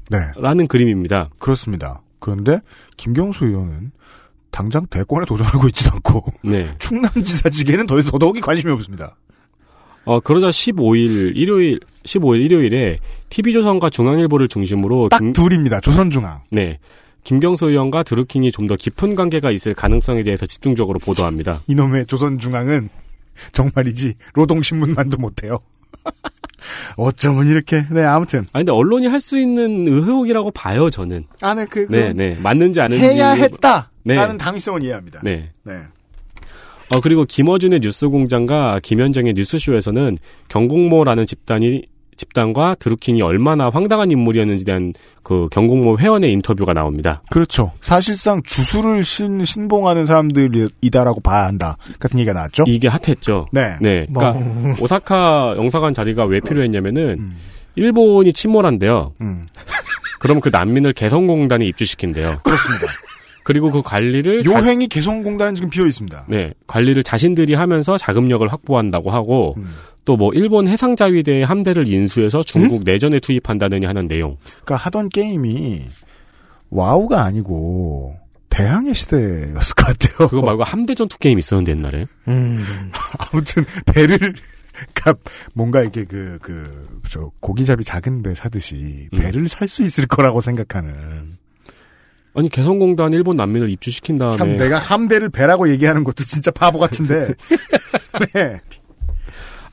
네. 라는 그림입니다. 그렇습니다. 그런데 김경수 의원은 당장 대권에 도전하고 있지도 않고 네. 충남지사직에는 더, 더더욱이 관심이 없습니다. 어, 그러자 15일, 일요일, 15일 일요일에 TV조선과 중앙일보를 중심으로 딱 김, 둘입니다. 조선중앙. 네. 김경수 의원과 드루킹이 좀 더 깊은 관계가 있을 가능성에 대해서 집중적으로 보도합니다. 이놈의 조선중앙은 정말이지 노동신문만도 못해요. 어쩌면 이렇게. 네, 아무튼. 아, 근데 언론이 할 수 있는 의혹이라고 봐요, 저는. 아, 네, 그, 네, 그건 네. 맞는지 아닌지. 해야 했다. 네. 라는 당위성은 이해합니다. 네. 네. 어, 그리고 김어준의 뉴스공장과 김현정의 뉴스쇼에서는 경공모라는 집단이 집단과 드루킹이 얼마나 황당한 인물이었는지 대한 그 경공모 회원의 인터뷰가 나옵니다. 그렇죠. 사실상 주술을 신, 신봉하는 사람들이다라고 봐야 한다. 같은 얘기가 나왔죠? 이게 핫했죠. 네. 네. 그러니까 오사카 영사관 자리가 왜 필요했냐면은 일본이 침몰한대요. 음. 그럼 그 난민을 개성공단에 입주시킨대요. 그렇습니다. 그리고 그 관리를 자- 요행이 개성공단은 지금 비어 있습니다. 네, 관리를 자신들이 하면서 자금력을 확보한다고 하고 음. 또 뭐 일본 해상자위대의 함대를 인수해서 음? 중국 내전에 투입한다느니 하는 내용. 그러니까 하던 게임이 와우가 아니고 대항해 시대였을 것 같아요. 그거 말고 함대 전투 게임 있었는데 옛날에. 음. 아무튼 배를 그러니까 뭔가 이렇게 그 그 저 고기잡이 작은 배 사듯이 음. 배를 살 수 있을 거라고 생각하는 아니 개성공단 일본 난민을 입주시킨 다음에 참 네. 내가 함대를 배라고 얘기하는 것도 진짜 바보 같은데 네.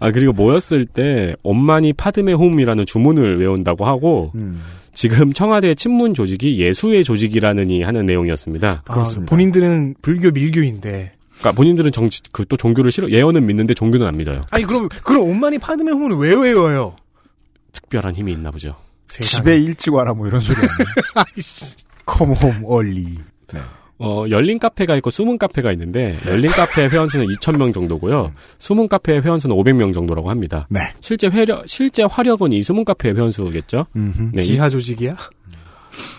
아 그리고 모였을 때 엄마니 파드메 홈이라는 주문을 외운다고 하고 음, 지금 청와대 친문 조직이 예수의 조직이라느니 하는 내용이었습니다. 그렇습니다. 아, 본인들은 불교 밀교인데. 그러니까 본인들은 정치 그 또 종교를 싫어 예언은 믿는데 종교는 안 믿어요. 아니 그럼 그럼 엄마니 파드메 홈은 왜 외워요? 특별한 힘이 있나 보죠. 집에 일찍 와라 뭐 이런 소리 컴홈 얼리 네. 어, 열린 카페가 있고 숨은 카페가 있는데 열린 카페 회원수는 2,000명 정도고요. 숨은 카페 회원수는 500명 정도라고 합니다. 네. 실제 회력 실제 화력은 이 숨은 카페 회원수겠죠. 음흠. 네, 이- 지하 조직이야?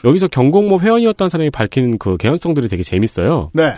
여기서 경공모 회원이었던 사람이 밝힌 그 개연성들이 되게 재밌어요. 네.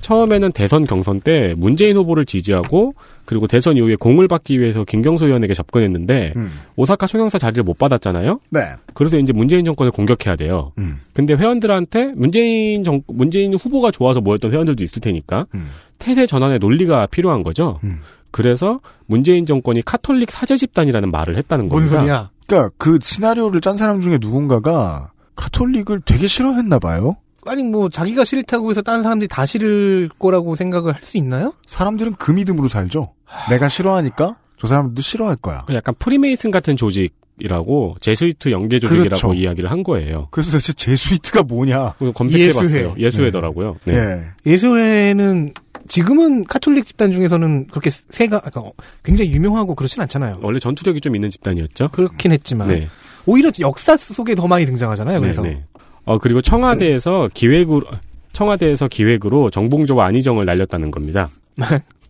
처음에는 대선 경선 때 문재인 후보를 지지하고 그리고 대선 이후에 공을 받기 위해서 김경수 의원에게 접근했는데 음. 오사카 총영사 자리를 못 받았잖아요. 네. 그래서 이제 문재인 정권을 공격해야 돼요. 음. 근데 회원들한테 문재인 정 문재인 후보가 좋아서 모였던 회원들도 있을 테니까 음. 태세 전환의 논리가 필요한 거죠. 음. 그래서 문재인 정권이 카톨릭 사제 집단이라는 말을 했다는 뭔 겁니다. 소리야? 그러니까 그 시나리오를 짠 사람 중에 누군가가 카톨릭을 되게 싫어했나 봐요. 아니 뭐 자기가 싫다고 해서 다른 사람들이 다 싫을 거라고 생각을 할 수 있나요? 사람들은 금이듬으로 살죠. 내가 싫어하니까 저 사람들도 싫어할 거야. 그 약간 프리메이슨 같은 조직이라고 제수이트 연계 조직이라고 그렇죠. 이야기를 한 거예요. 그래서 대체 제수이트가 뭐냐? 그거 검색해봤어요. 예수회. 예수회더라고요. 네. 예. 예수회는 지금은 카톨릭 집단 중에서는 그렇게 세가 그러니까 어, 굉장히 유명하고 그렇진 않잖아요. 원래 전투력이 좀 있는 집단이었죠. 그렇긴 했지만 네. 오히려 역사 속에 더 많이 등장하잖아요. 네, 그래서 네. 어 그리고 청와대에서 기획으로 청와대에서 기획으로 정봉조와 안희정을 날렸다는 겁니다.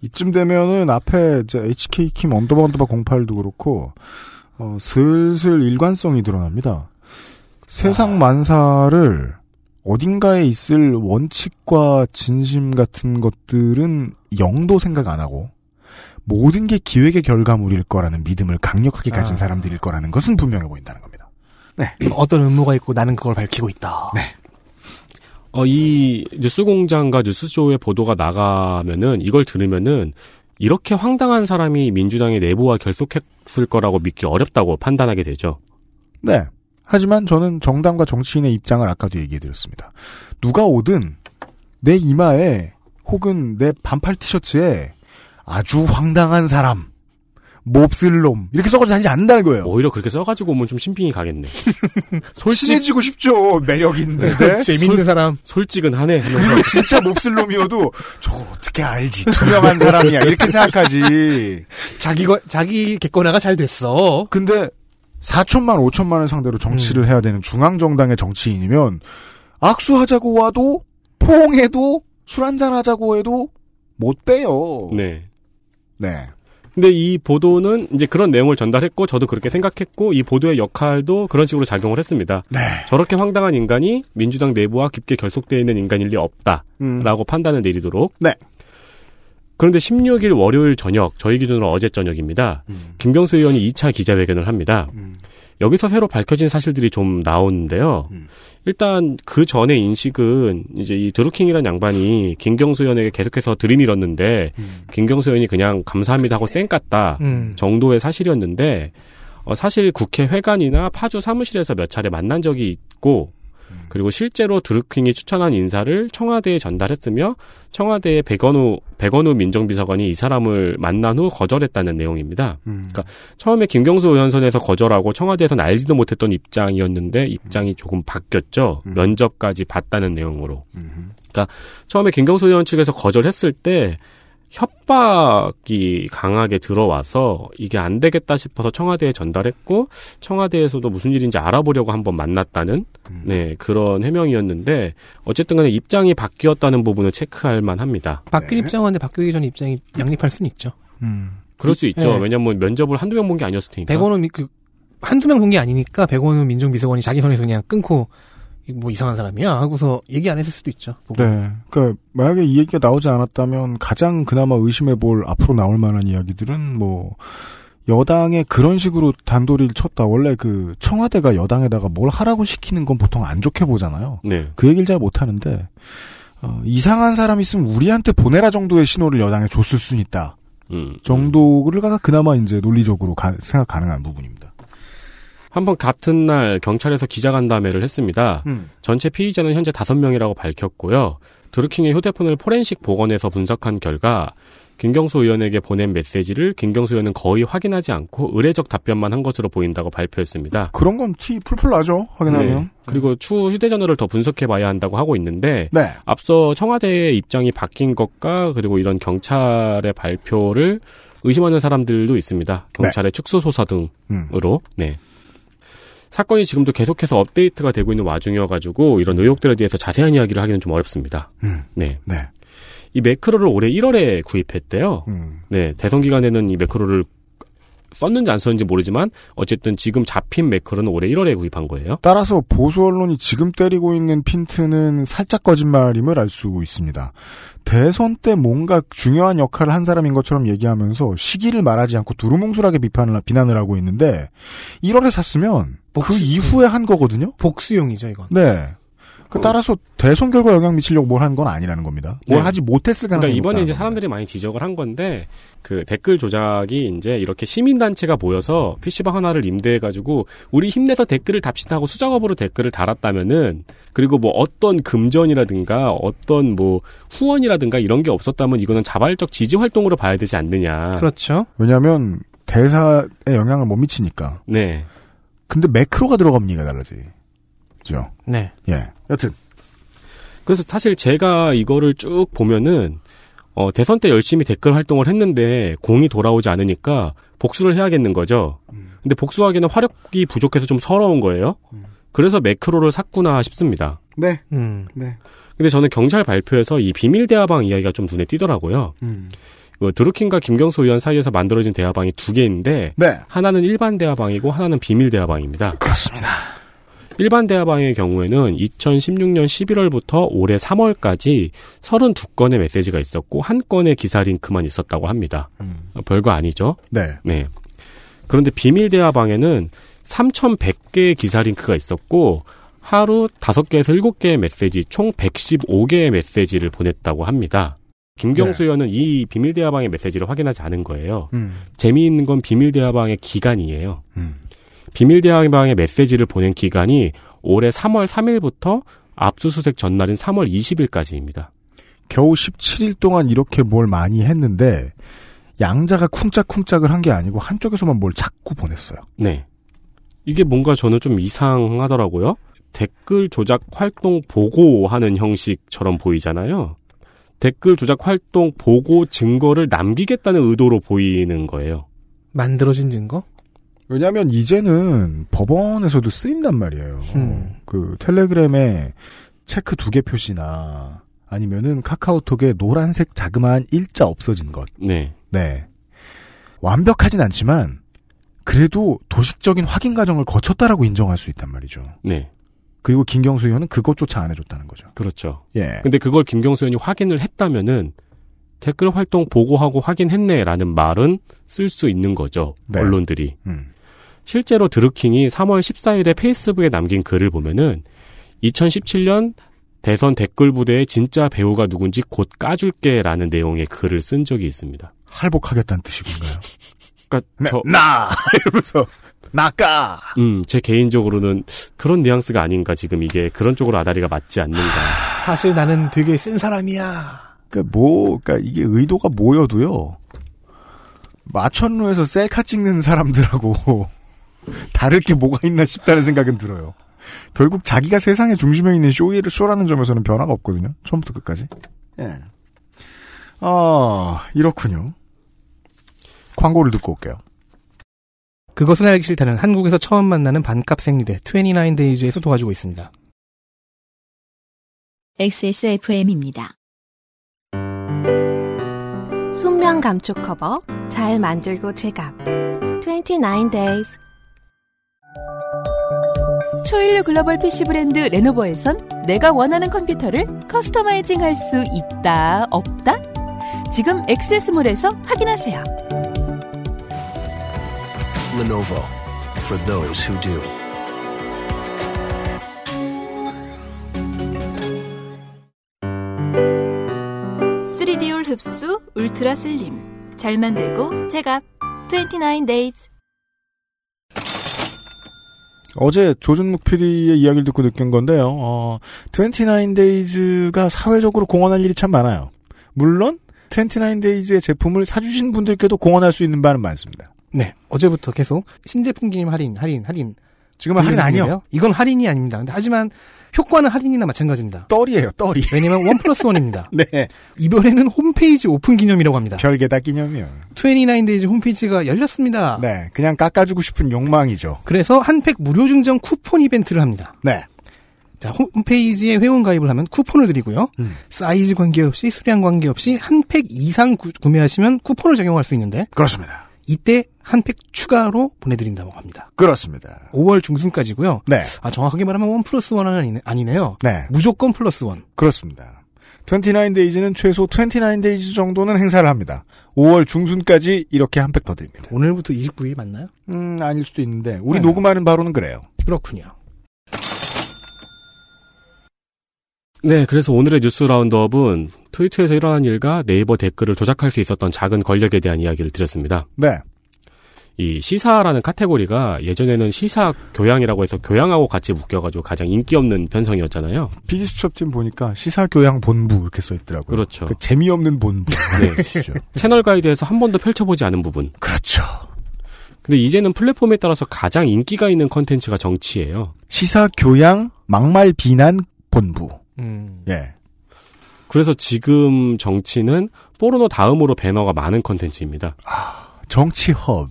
이쯤 되면은 앞에 이제 HK 킴 언더바 언더바 08도 그렇고 어, 슬슬 일관성이 드러납니다. 세상 만사를 어딘가에 있을 원칙과 진심 같은 것들은 영도 생각 안 하고 모든 게 기획의 결과물일 거라는 믿음을 강력하게 가진 아. 사람들일 거라는 것은 분명해 보인다는 겁니다. 어떤 음모가 있고 나는 그걸 밝히고 있다. 어 이 뉴스공장과 뉴스쇼의 보도가 나가면은 이걸 들으면은 이렇게 황당한 사람이 민주당의 내부와 결속했을 거라고 믿기 어렵다고 판단하게 되죠. 네. 하지만 저는 정당과 정치인의 입장을 아까도 얘기해드렸습니다. 누가 오든 내 이마에 혹은 내 반팔 티셔츠에 아주 황당한 사람, 몹쓸 놈 이렇게 써가지고 다니지 않는다는 거예요. 어, 오히려 그렇게 써가지고 오면 좀 신빙이 가겠네. 솔직 친해지고 싶죠. 매력 있는데. 네. 재밌는 사람. 솔직은 하네. 하면서. 그리고 진짜 몹쓸 놈이어도 저걸 어떻게 알지? 투명한 사람이야. 이렇게 생각하지. 자기 거 자기 개꺼나가 잘 됐어. 근데 4천만, 5천만을 상대로 음. 정치를 해야 되는 중앙정당의 정치인이면 악수하자고 와도 포옹해도 술 한잔 하자고 해도 못 빼요. 네. 네. 근데 이 보도는 이제 그런 내용을 전달했고 저도 그렇게 생각했고 이 보도의 역할도 그런 식으로 작용을 했습니다. 네. 저렇게 황당한 인간이 민주당 내부와 깊게 결속되어 있는 인간일 리 없다라고 음. 판단을 내리도록. 네. 그런데 16일 월요일 저녁 저희 기준으로 어제 저녁입니다. 김경수 의원이 2차 기자회견을 합니다. 음. 여기서 새로 밝혀진 사실들이 좀 나오는데요. 음. 일단 그 전의 인식은 이제 이 드루킹이라는 양반이 김경수 의원에게 계속해서 들이밀었는데 음. 김경수 의원이 그냥 감사합니다 하고 쌩 깠다. 음. 정도의 사실이었는데 어, 사실 국회 회관이나 파주 사무실에서 몇 차례 만난 적이 있고 그리고 실제로 드루킹이 추천한 인사를 청와대에 전달했으며 청와대의 백원우 백원우 민정비서관이 이 사람을 만난 후 거절했다는 내용입니다. 음. 그러니까 처음에 김경수 의원선에서 거절하고 청와대에서 알지도 못했던 입장이었는데 입장이 조금 바뀌었죠. 음. 면접까지 봤다는 내용으로. 그러니까 음. 처음에 김경수 의원 측에서 거절했을 때 협박이 강하게 들어와서 이게 안 되겠다 싶어서 청와대에 전달했고 청와대에서도 무슨 일인지 알아보려고 한번 만났다는 음. 네 그런 해명이었는데 어쨌든 간에 입장이 바뀌었다는 부분은 체크할 만합니다. 바뀐 네. 입장한데 바뀌기 전 입장이 양립할 수는 있죠. 음. 그럴 수 있죠. 네. 왜냐면 면접을 한두 명 본 게 아니었을 테니까. 백원호 미- 그 한두 명 본 게 아니니까 백원우 민정비서관이 자기 선에서 그냥 끊고 뭐 이상한 사람이야 하고서 얘기 안 했을 수도 있죠. 보고. 네. 그러니까 만약에 이 얘기가 나오지 않았다면 가장 그나마 의심해 볼 앞으로 나올 만한 이야기들은 뭐 여당에 그런 식으로 단도리를 쳤다. 원래 그 청와대가 여당에다가 뭘 하라고 시키는 건 보통 안 좋게 보잖아요. 네. 그 얘기를 잘 못하는데 어, 이상한 사람 있으면 우리한테 보내라 정도의 신호를 여당에 줬을 순 있다 음. 정도를 가가 그나마 이제 논리적으로 가- 생각 가능한 부분입니다. 한번 같은 날 경찰에서 기자간담회를 했습니다. 전체 피의자는 현재 5명이라고 밝혔고요. 드루킹의 휴대폰을 포렌식 복원해서 분석한 결과 김경수 의원에게 보낸 메시지를 김경수 의원은 거의 확인하지 않고 의례적 답변만 한 것으로 보인다고 발표했습니다. 네. 그런 건 티 풀풀 나죠 확인하면. 그리고 추후 휴대전화를 더 분석해봐야 한다고 하고 있는데 네. 앞서 청와대의 입장이 바뀐 것과 그리고 이런 경찰의 발표를 의심하는 사람들도 있습니다. 경찰의 축소 소사 등으로 네. 음. 네. 사건이 지금도 계속해서 업데이트가 되고 있는 와중이어가지고 이런 의혹들에 대해서 자세한 이야기를 하기는 좀 어렵습니다. 음. 네, 네. 이 매크로를 올해 1월에 구입했대요. 음. 네, 대선 기간에는 이 매크로를 썼는지 안 썼는지 모르지만 어쨌든 지금 잡힌 매크로는 올해 1월에 구입한 거예요. 따라서 보수 언론이 지금 때리고 있는 핀트는 살짝 거짓말임을 알 수 있습니다. 대선 때 뭔가 중요한 역할을 한 사람인 것처럼 얘기하면서 시기를 말하지 않고 두루뭉술하게 비판을 비난을 하고 있는데 1월에 샀으면 그 복수- 이후에 한 거거든요. 복수용이죠 이건. 네. 그 따라서 대선 결과 영향 미치려고 뭘 한 건 아니라는 겁니다. 뭘 네. 하지 못했을 그러니까 가능성이 이번에 높다는 이제 겁니다. 사람들이 많이 지적을 한 건데 그 댓글 조작이 이제 이렇게 시민 단체가 모여서 PC방 하나를 임대해 가지고 우리 힘내서 댓글을 답시다 하고 수작업으로 댓글을 달았다면은 그리고 뭐 어떤 금전이라든가 어떤 뭐 후원이라든가 이런 게 없었다면 이거는 자발적 지지 활동으로 봐야 되지 않느냐. 그렇죠. 왜냐하면 대사에 영향을 못 미치니까. 네. 근데 매크로가 들어가면 얘기가 달라지. 그죠? 네. 예. 여튼 그래서 사실 제가 이거를 쭉 보면은 어, 대선 때 열심히 댓글 활동을 했는데 공이 돌아오지 않으니까 복수를 해야겠는 거죠. 근데 복수하기는 화력이 부족해서 좀 서러운 거예요. 그래서 매크로를 샀구나 싶습니다. 네. 음. 근데 저는 경찰 발표에서 이 비밀 대화방 이야기가 좀 눈에 띄더라고요. 그 드루킹과 김경수 의원 사이에서 만들어진 대화방이 두 개인데 네. 하나는 일반 대화방이고 하나는 비밀 대화방입니다. 그렇습니다. 일반 대화방의 경우에는 2016년 11월부터 올해 3월까지 32건의 메시지가 있었고 한 건의 기사 링크만 있었다고 합니다. 음. 어, 별거 아니죠. 네. 네. 그런데 비밀 대화방에는 3,100개의 기사 링크가 있었고 하루 5개에서 7개의 메시지 총 115개의 메시지를 보냈다고 합니다. 김경수 의원은 이 비밀 대화방의 메시지를 확인하지 않은 거예요. 네. 음. 재미있는 건 비밀 대화방의 기간이에요. 음. 비밀 대화방에 메시지를 보낸 기간이 올해 3월 3일부터 압수수색 전날인 3월 20일까지입니다. 겨우 17일 동안 이렇게 뭘 많이 했는데 양자가 쿵짝쿵짝을 한 게 아니고 한쪽에서만 뭘 자꾸 보냈어요. 네. 이게 뭔가 저는 좀 이상하더라고요. 댓글 조작 활동 보고하는 형식처럼 보이잖아요. 댓글 조작 활동 보고 증거를 남기겠다는 의도로 보이는 거예요. 만들어진 증거? 왜냐하면 이제는 법원에서도 쓰인단 말이에요. 음. 그 텔레그램에 체크 두 개 표시나 아니면은 카카오톡에 노란색 자그마한 일자 없어진 것. 네. 네. 완벽하진 않지만 그래도 도식적인 확인 과정을 거쳤다라고 인정할 수 있단 말이죠. 네. 그리고 김경수 의원은 그것조차 안 해줬다는 거죠. 그렇죠. 예. 근데 그걸 김경수 의원이 확인을 했다면은 댓글 활동 보고하고 확인했네라는 말은 쓸 수 있는 거죠. 네. 언론들이. 음. 실제로 드루킹이 3월 14일에 페이스북에 남긴 글을 보면은 2017년 대선 댓글 부대의 진짜 배우가 누군지 곧 까줄게라는 내용의 글을 쓴 적이 있습니다. 할복하겠다는 뜻이군가요? 그러니까 네, 저, 나 이러면서 나까 음, 제 개인적으로는 그런 뉘앙스가 아닌가 지금 이게 그런 쪽으로 아다리가 맞지 않는가. 사실 나는 되게 센 사람이야. 그러니까 뭐, 그러니까 이게 의도가 뭐여도요. 마천루에서 셀카 찍는 사람들하고 다를 게 뭐가 있나 싶다는 생각은 들어요. 결국 자기가 세상의 중심에 있는 쇼이를 쇼라는 점에서는 변화가 없거든요. 처음부터 끝까지. 예. 아 이렇군요. 광고를 듣고 올게요. 그것은 알기 싫다는 한국에서 처음 만나는 반값 생리대 29데이즈에서 도와주고 있습니다. XSFM입니다. 순면 감촉 커버 잘 만들고 제갑 29 days 초일류 글로벌 PC 브랜드 레노버에선 내가 원하는 컴퓨터를 커스터마이징 할 수 있다, 없다? 지금 액세스몰에서 확인하세요. Lenovo for those who do. 쓰리디올 흡수 울트라 슬림 잘 만들고 제값 29 days 어제 조준묵 PD의 이야기를 듣고 느낀 건데요. 어, 29데이즈가 사회적으로 공헌할 일이 참 많아요. 물론 29데이즈의 제품을 사주신 분들께도 공헌할 수 있는 바는 많습니다. 네. 어제부터 계속 신제품 기념 할인, 할인, 할인. 지금은 할인 아니요. 중이에요. 이건 할인이 아닙니다. 근데 하지만 효과는 할인이나 마찬가지입니다. 떨이에요, 떨이. 왜냐면 원 플러스 원입니다. 네. 이번에는 홈페이지 오픈 기념이라고 합니다. 별개다 기념이요. 29데이즈 홈페이지가 열렸습니다. 네. 그냥 깎아주고 싶은 욕망이죠. 그래서 한 팩 무료 증정 쿠폰 이벤트를 합니다. 네. 자, 홈페이지에 회원 가입을 하면 쿠폰을 드리고요. 음. 사이즈 관계없이 수량 관계없이 한 팩 이상 구- 구매하시면 쿠폰을 적용할 수 있는데 그렇습니다. 이때 한 팩 추가로 보내드린다고 합니다. 그렇습니다. 5월 중순까지고요. 네. 아 정확하게 말하면 원 플러스 원은 아니네, 아니네요. 네. 무조건 플러스 원. 그렇습니다. 29데이즈는 최소 29데이즈 정도는 행사를 합니다. 5월 중순까지 이렇게 한 팩 더 드립니다. 오늘부터 29일 맞나요? 음, 아닐 수도 있는데, 우리 네. 녹음하는 바로는 그래요. 그렇군요. 네, 그래서 오늘의 뉴스 라운드업은 트위터에서 일어난 일과 네이버 댓글을 조작할 수 있었던 작은 권력에 대한 이야기를 드렸습니다. 네. 이 시사라는 카테고리가 예전에는 시사 교양이라고 해서 교양하고 같이 묶여가지고 가장 인기 없는 편성이었잖아요. 비디수첩팀 보니까 시사교양본부 이렇게 써있더라고요. 그렇죠. 그 재미없는 본부. 네. 뜻이죠. 채널 가이드에서 한 번도 펼쳐보지 않은 부분. 그렇죠. 근데 이제는 플랫폼에 따라서 가장 인기가 있는 컨텐츠가 정치예요. 시사교양 막말 비난 본부. 음. 예. 그래서 지금 정치는 포르노 다음으로 배너가 많은 컨텐츠입니다. 정치허브.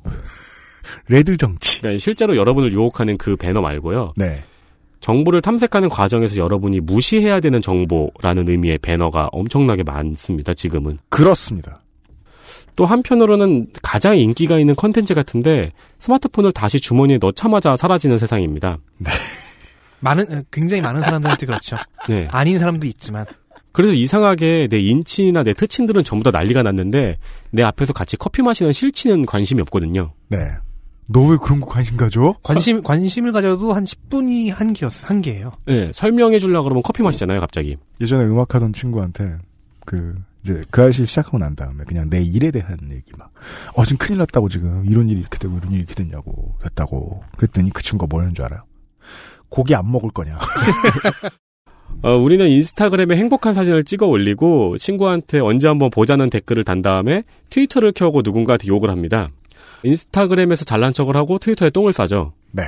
레드 정치. 그러니까 실제로 여러분을 유혹하는 그 배너 말고요. 네. 정보를 탐색하는 과정에서 여러분이 무시해야 되는 정보라는 의미의 배너가 엄청나게 많습니다, 지금은. 그렇습니다. 또 한편으로는 가장 인기가 있는 컨텐츠 같은데 스마트폰을 다시 주머니에 넣자마자 사라지는 세상입니다. 많은 어, 굉장히 많은 사람들한테 그렇죠. 네. 아닌 사람도 있지만 그래서 이상하게 내 인친이나 내 특친들은 전부 다 난리가 났는데 내 앞에서 같이 커피 마시는 실친은 관심이 없거든요. 네. 너 왜 그런 거 관심 가져? 관심 관심을 가져도 한 10분이 한 개였 한 개예요. 네, 설명해 주려고 그러면 커피 마시잖아요, 갑자기. 예전에 음악하던 친구한테 그 이제 그 아저씨 시작하고 난 다음에 그냥 내 일에 대한 얘기 막 어 지금 큰일 났다고 지금 이런 일이 이렇게 되고 이런 일이 이렇게 됐냐고 했다고 그랬더니 그 친구가 뭐라는 줄 알아요? 고기 안 먹을 거냐? 어, 우리는 인스타그램에 행복한 사진을 찍어 올리고 친구한테 언제 한번 보자는 댓글을 단 다음에 트위터를 켜고 누군가한테 욕을 합니다. 인스타그램에서 잘난 척을 하고 트위터에 똥을 싸죠. 네.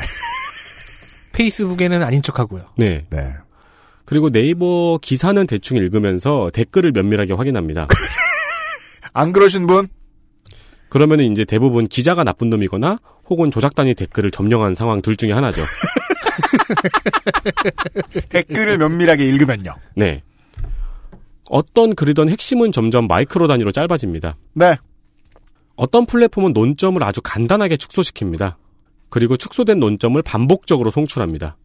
페이스북에는 아닌 척하고요. 네. 네. 그리고 네이버 기사는 대충 읽으면서 댓글을 면밀하게 확인합니다. 안 그러신 분? 그러면 이제 대부분 기자가 나쁜 놈이거나 혹은 조작단이 댓글을 점령한 상황 둘 중에 하나죠. 댓글을 면밀하게 읽으면요. 네. 어떤 글이던 핵심은 점점 마이크로 단위로 짧아집니다. 네. 어떤 플랫폼은 논점을 아주 간단하게 축소시킵니다. 그리고 축소된 논점을 반복적으로 송출합니다.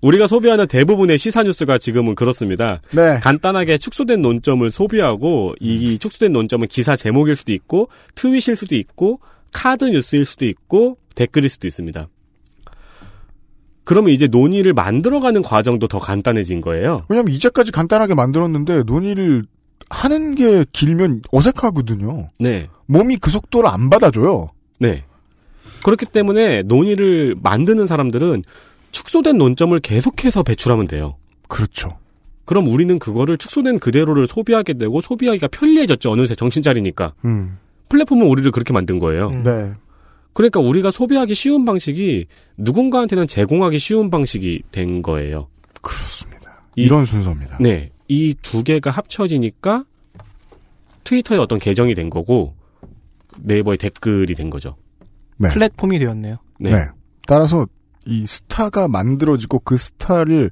우리가 소비하는 대부분의 시사 뉴스가 지금은 그렇습니다. 네. 간단하게 축소된 논점을 소비하고 이 축소된 논점은 기사 제목일 수도 있고 트윗일 수도 있고 카드 뉴스일 수도 있고 댓글일 수도 있습니다. 그러면 이제 논의를 만들어가는 과정도 더 간단해진 거예요. 왜냐면 이제까지 간단하게 만들었는데 논의를 하는 게 길면 어색하거든요. 네, 몸이 그 속도를 안 받아줘요. 네. 그렇기 때문에 논의를 만드는 사람들은 축소된 논점을 계속해서 배출하면 돼요. 그렇죠. 그럼 우리는 그거를 축소된 그대로를 소비하게 되고 소비하기가 편리해졌죠. 어느새 정신 차리니까. 음. 플랫폼은 우리를 그렇게 만든 거예요. 음. 네. 그러니까 우리가 소비하기 쉬운 방식이 누군가한테는 제공하기 쉬운 방식이 된 거예요. 그렇습니다. 이- 이런 순서입니다. 네. 이 두 개가 합쳐지니까 트위터의 어떤 계정이 된 거고 네이버의 댓글이 된 거죠. 네. 플랫폼이 되었네요. 네. 네. 따라서 이 스타가 만들어지고 그 스타를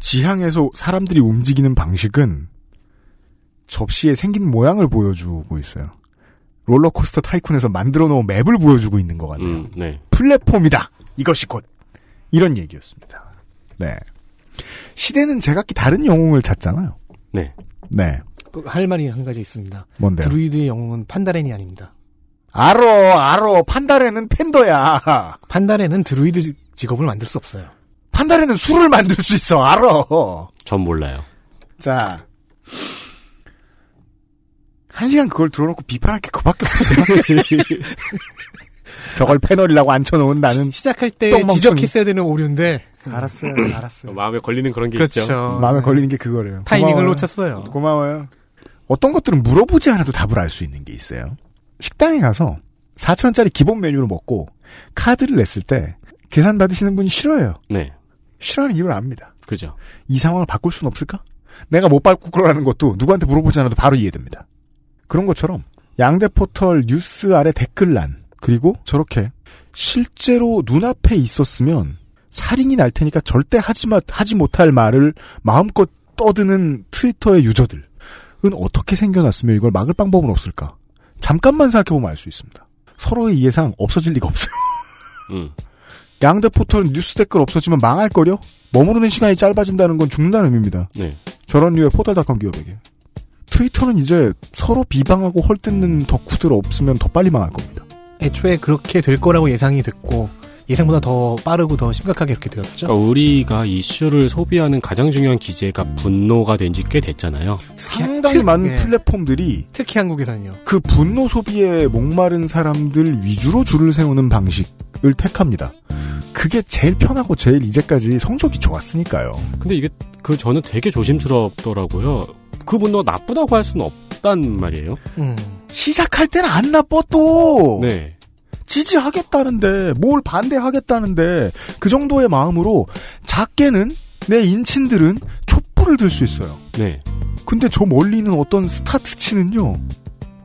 지향해서 사람들이 움직이는 방식은 접시에 생긴 모양을 보여주고 있어요. 롤러코스터 타이쿤에서 만들어 놓은 맵을 보여주고 있는 것 같네요. 음, 네. 플랫폼이다. 이것이 곧 이런 얘기였습니다. 네. 시대는 제각기 다른 영웅을 찾잖아요. 네. 네. 그할 말이 한 가지 있습니다. 뭔데요? 드루이드의 영웅은 판다렌이 아닙니다. 알어, 알어. 판다레는 팬더야. 판다렌은 드루이드 지- 직업을 만들 수 없어요. 판다레는 술을 만들 수 있어. 알어. 전 몰라요. 자. 한 시간 그걸 들어놓고 비판할 게 그밖에 없어요. 저걸 패널이라고 앉혀놓은 나는. 시작할 때 똥멍청이. 지적했어야 되는 오류인데 알았어요, 알았어요. 마음에 걸리는 네. 그런 게 있죠. 그렇죠. 마음에 걸리는 게 그거래요. 타이밍을 고마워요. 놓쳤어요. 고마워요. 어떤 것들은 물어보지 않아도 답을 알 수 있는 게 있어요. 식당에 가서 4천원짜리 기본 메뉴를 먹고 카드를 냈을 때 계산 받으시는 분이 싫어요. 네. 싫어하는 이유를 압니다. 그죠. 이 상황을 바꿀 수는 없을까? 내가 못 바꿀 거라는 것도 누구한테 물어보지 않아도 바로 이해됩니다. 그런 것처럼 양대 포털 뉴스 아래 댓글란 그리고 저렇게 실제로 눈앞에 있었으면 살인이 날 테니까 절대 하지, 마, 하지 못할 말을 마음껏 떠드는 트위터의 유저들은 어떻게 생겨났으며 이걸 막을 방법은 없을까? 잠깐만 생각해보면 알 수 있습니다. 서로의 이해상 없어질 리가 없어요. 음. 양대 포털 뉴스 댓글 없어지면 망할 거려? 머무르는 시간이 짧아진다는 건 죽는다는 의미입니다. 네. 저런 류의 포털닷컴 기업에게. 트위터는 이제 서로 비방하고 헐뜯는 덕후들 없으면 더 빨리 망할 겁니다. 애초에 그렇게 될 거라고 예상이 됐고 예상보다 더 빠르고 더 심각하게 이렇게 되었죠. 그러니까 우리가 이슈를 소비하는 가장 중요한 기제가 분노가 된 지 꽤 됐잖아요. 상당히 많은 예. 플랫폼들이 특히 한국에서는요. 그 분노 소비에 목마른 사람들 위주로 줄을 세우는 방식을 택합니다. 그게 제일 편하고 제일 이제까지 성적이 좋았으니까요. 근데 이게 그 저는 되게 조심스럽더라고요. 그 분노 나쁘다고 할 수는 없단 말이에요. 음. 시작할 때는 안 나빠 또. 네. 지지하겠다는데 뭘 반대하겠다는데 그 정도의 마음으로 작게는 내 인친들은 촛불을 들 수 있어요. 네. 근데 저 멀리는 어떤 스타트치는요.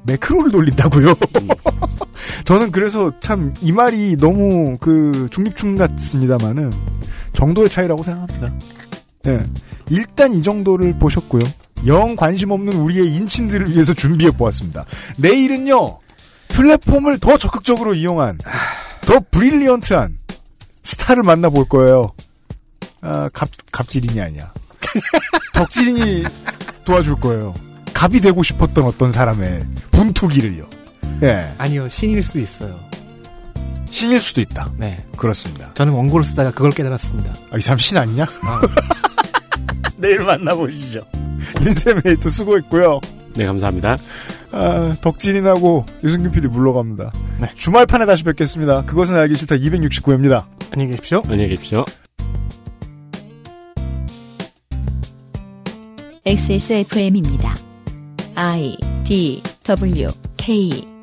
매크로를 돌린다고요. 저는 그래서 참 이 말이 너무 그 중립충 같습니다만은 정도의 차이라고 생각합니다. 예. 일단 이 정도를 보셨고요. 영 관심 없는 우리의 인친들을 위해서 준비해 보았습니다. 내일은요. 플랫폼을 더 적극적으로 이용한 더 브릴리언트한 스타를 만나볼 거예요. 아, 갑 갑질인이 아니야. 덕질인이 도와줄 거예요. 갑이 되고 싶었던 어떤 사람의 분투기를요. 예. 아니요 신일 수도 있어요. 신일 수도 있다. 네. 그렇습니다. 저는 원고를 쓰다가 그걸 깨달았습니다. 아, 이 사람 신 아니냐? 아, 내일 만나보시죠. 인세메이트 수고했고요. 네, 감사합니다. 아, 덕진인하고 유승균 PD 물러갑니다. 네. 주말판에 다시 뵙겠습니다. 그것은 알기 싫다 269회입니다. 안녕히 계십시오. 안녕히 계십시오. XSFM입니다. I D W K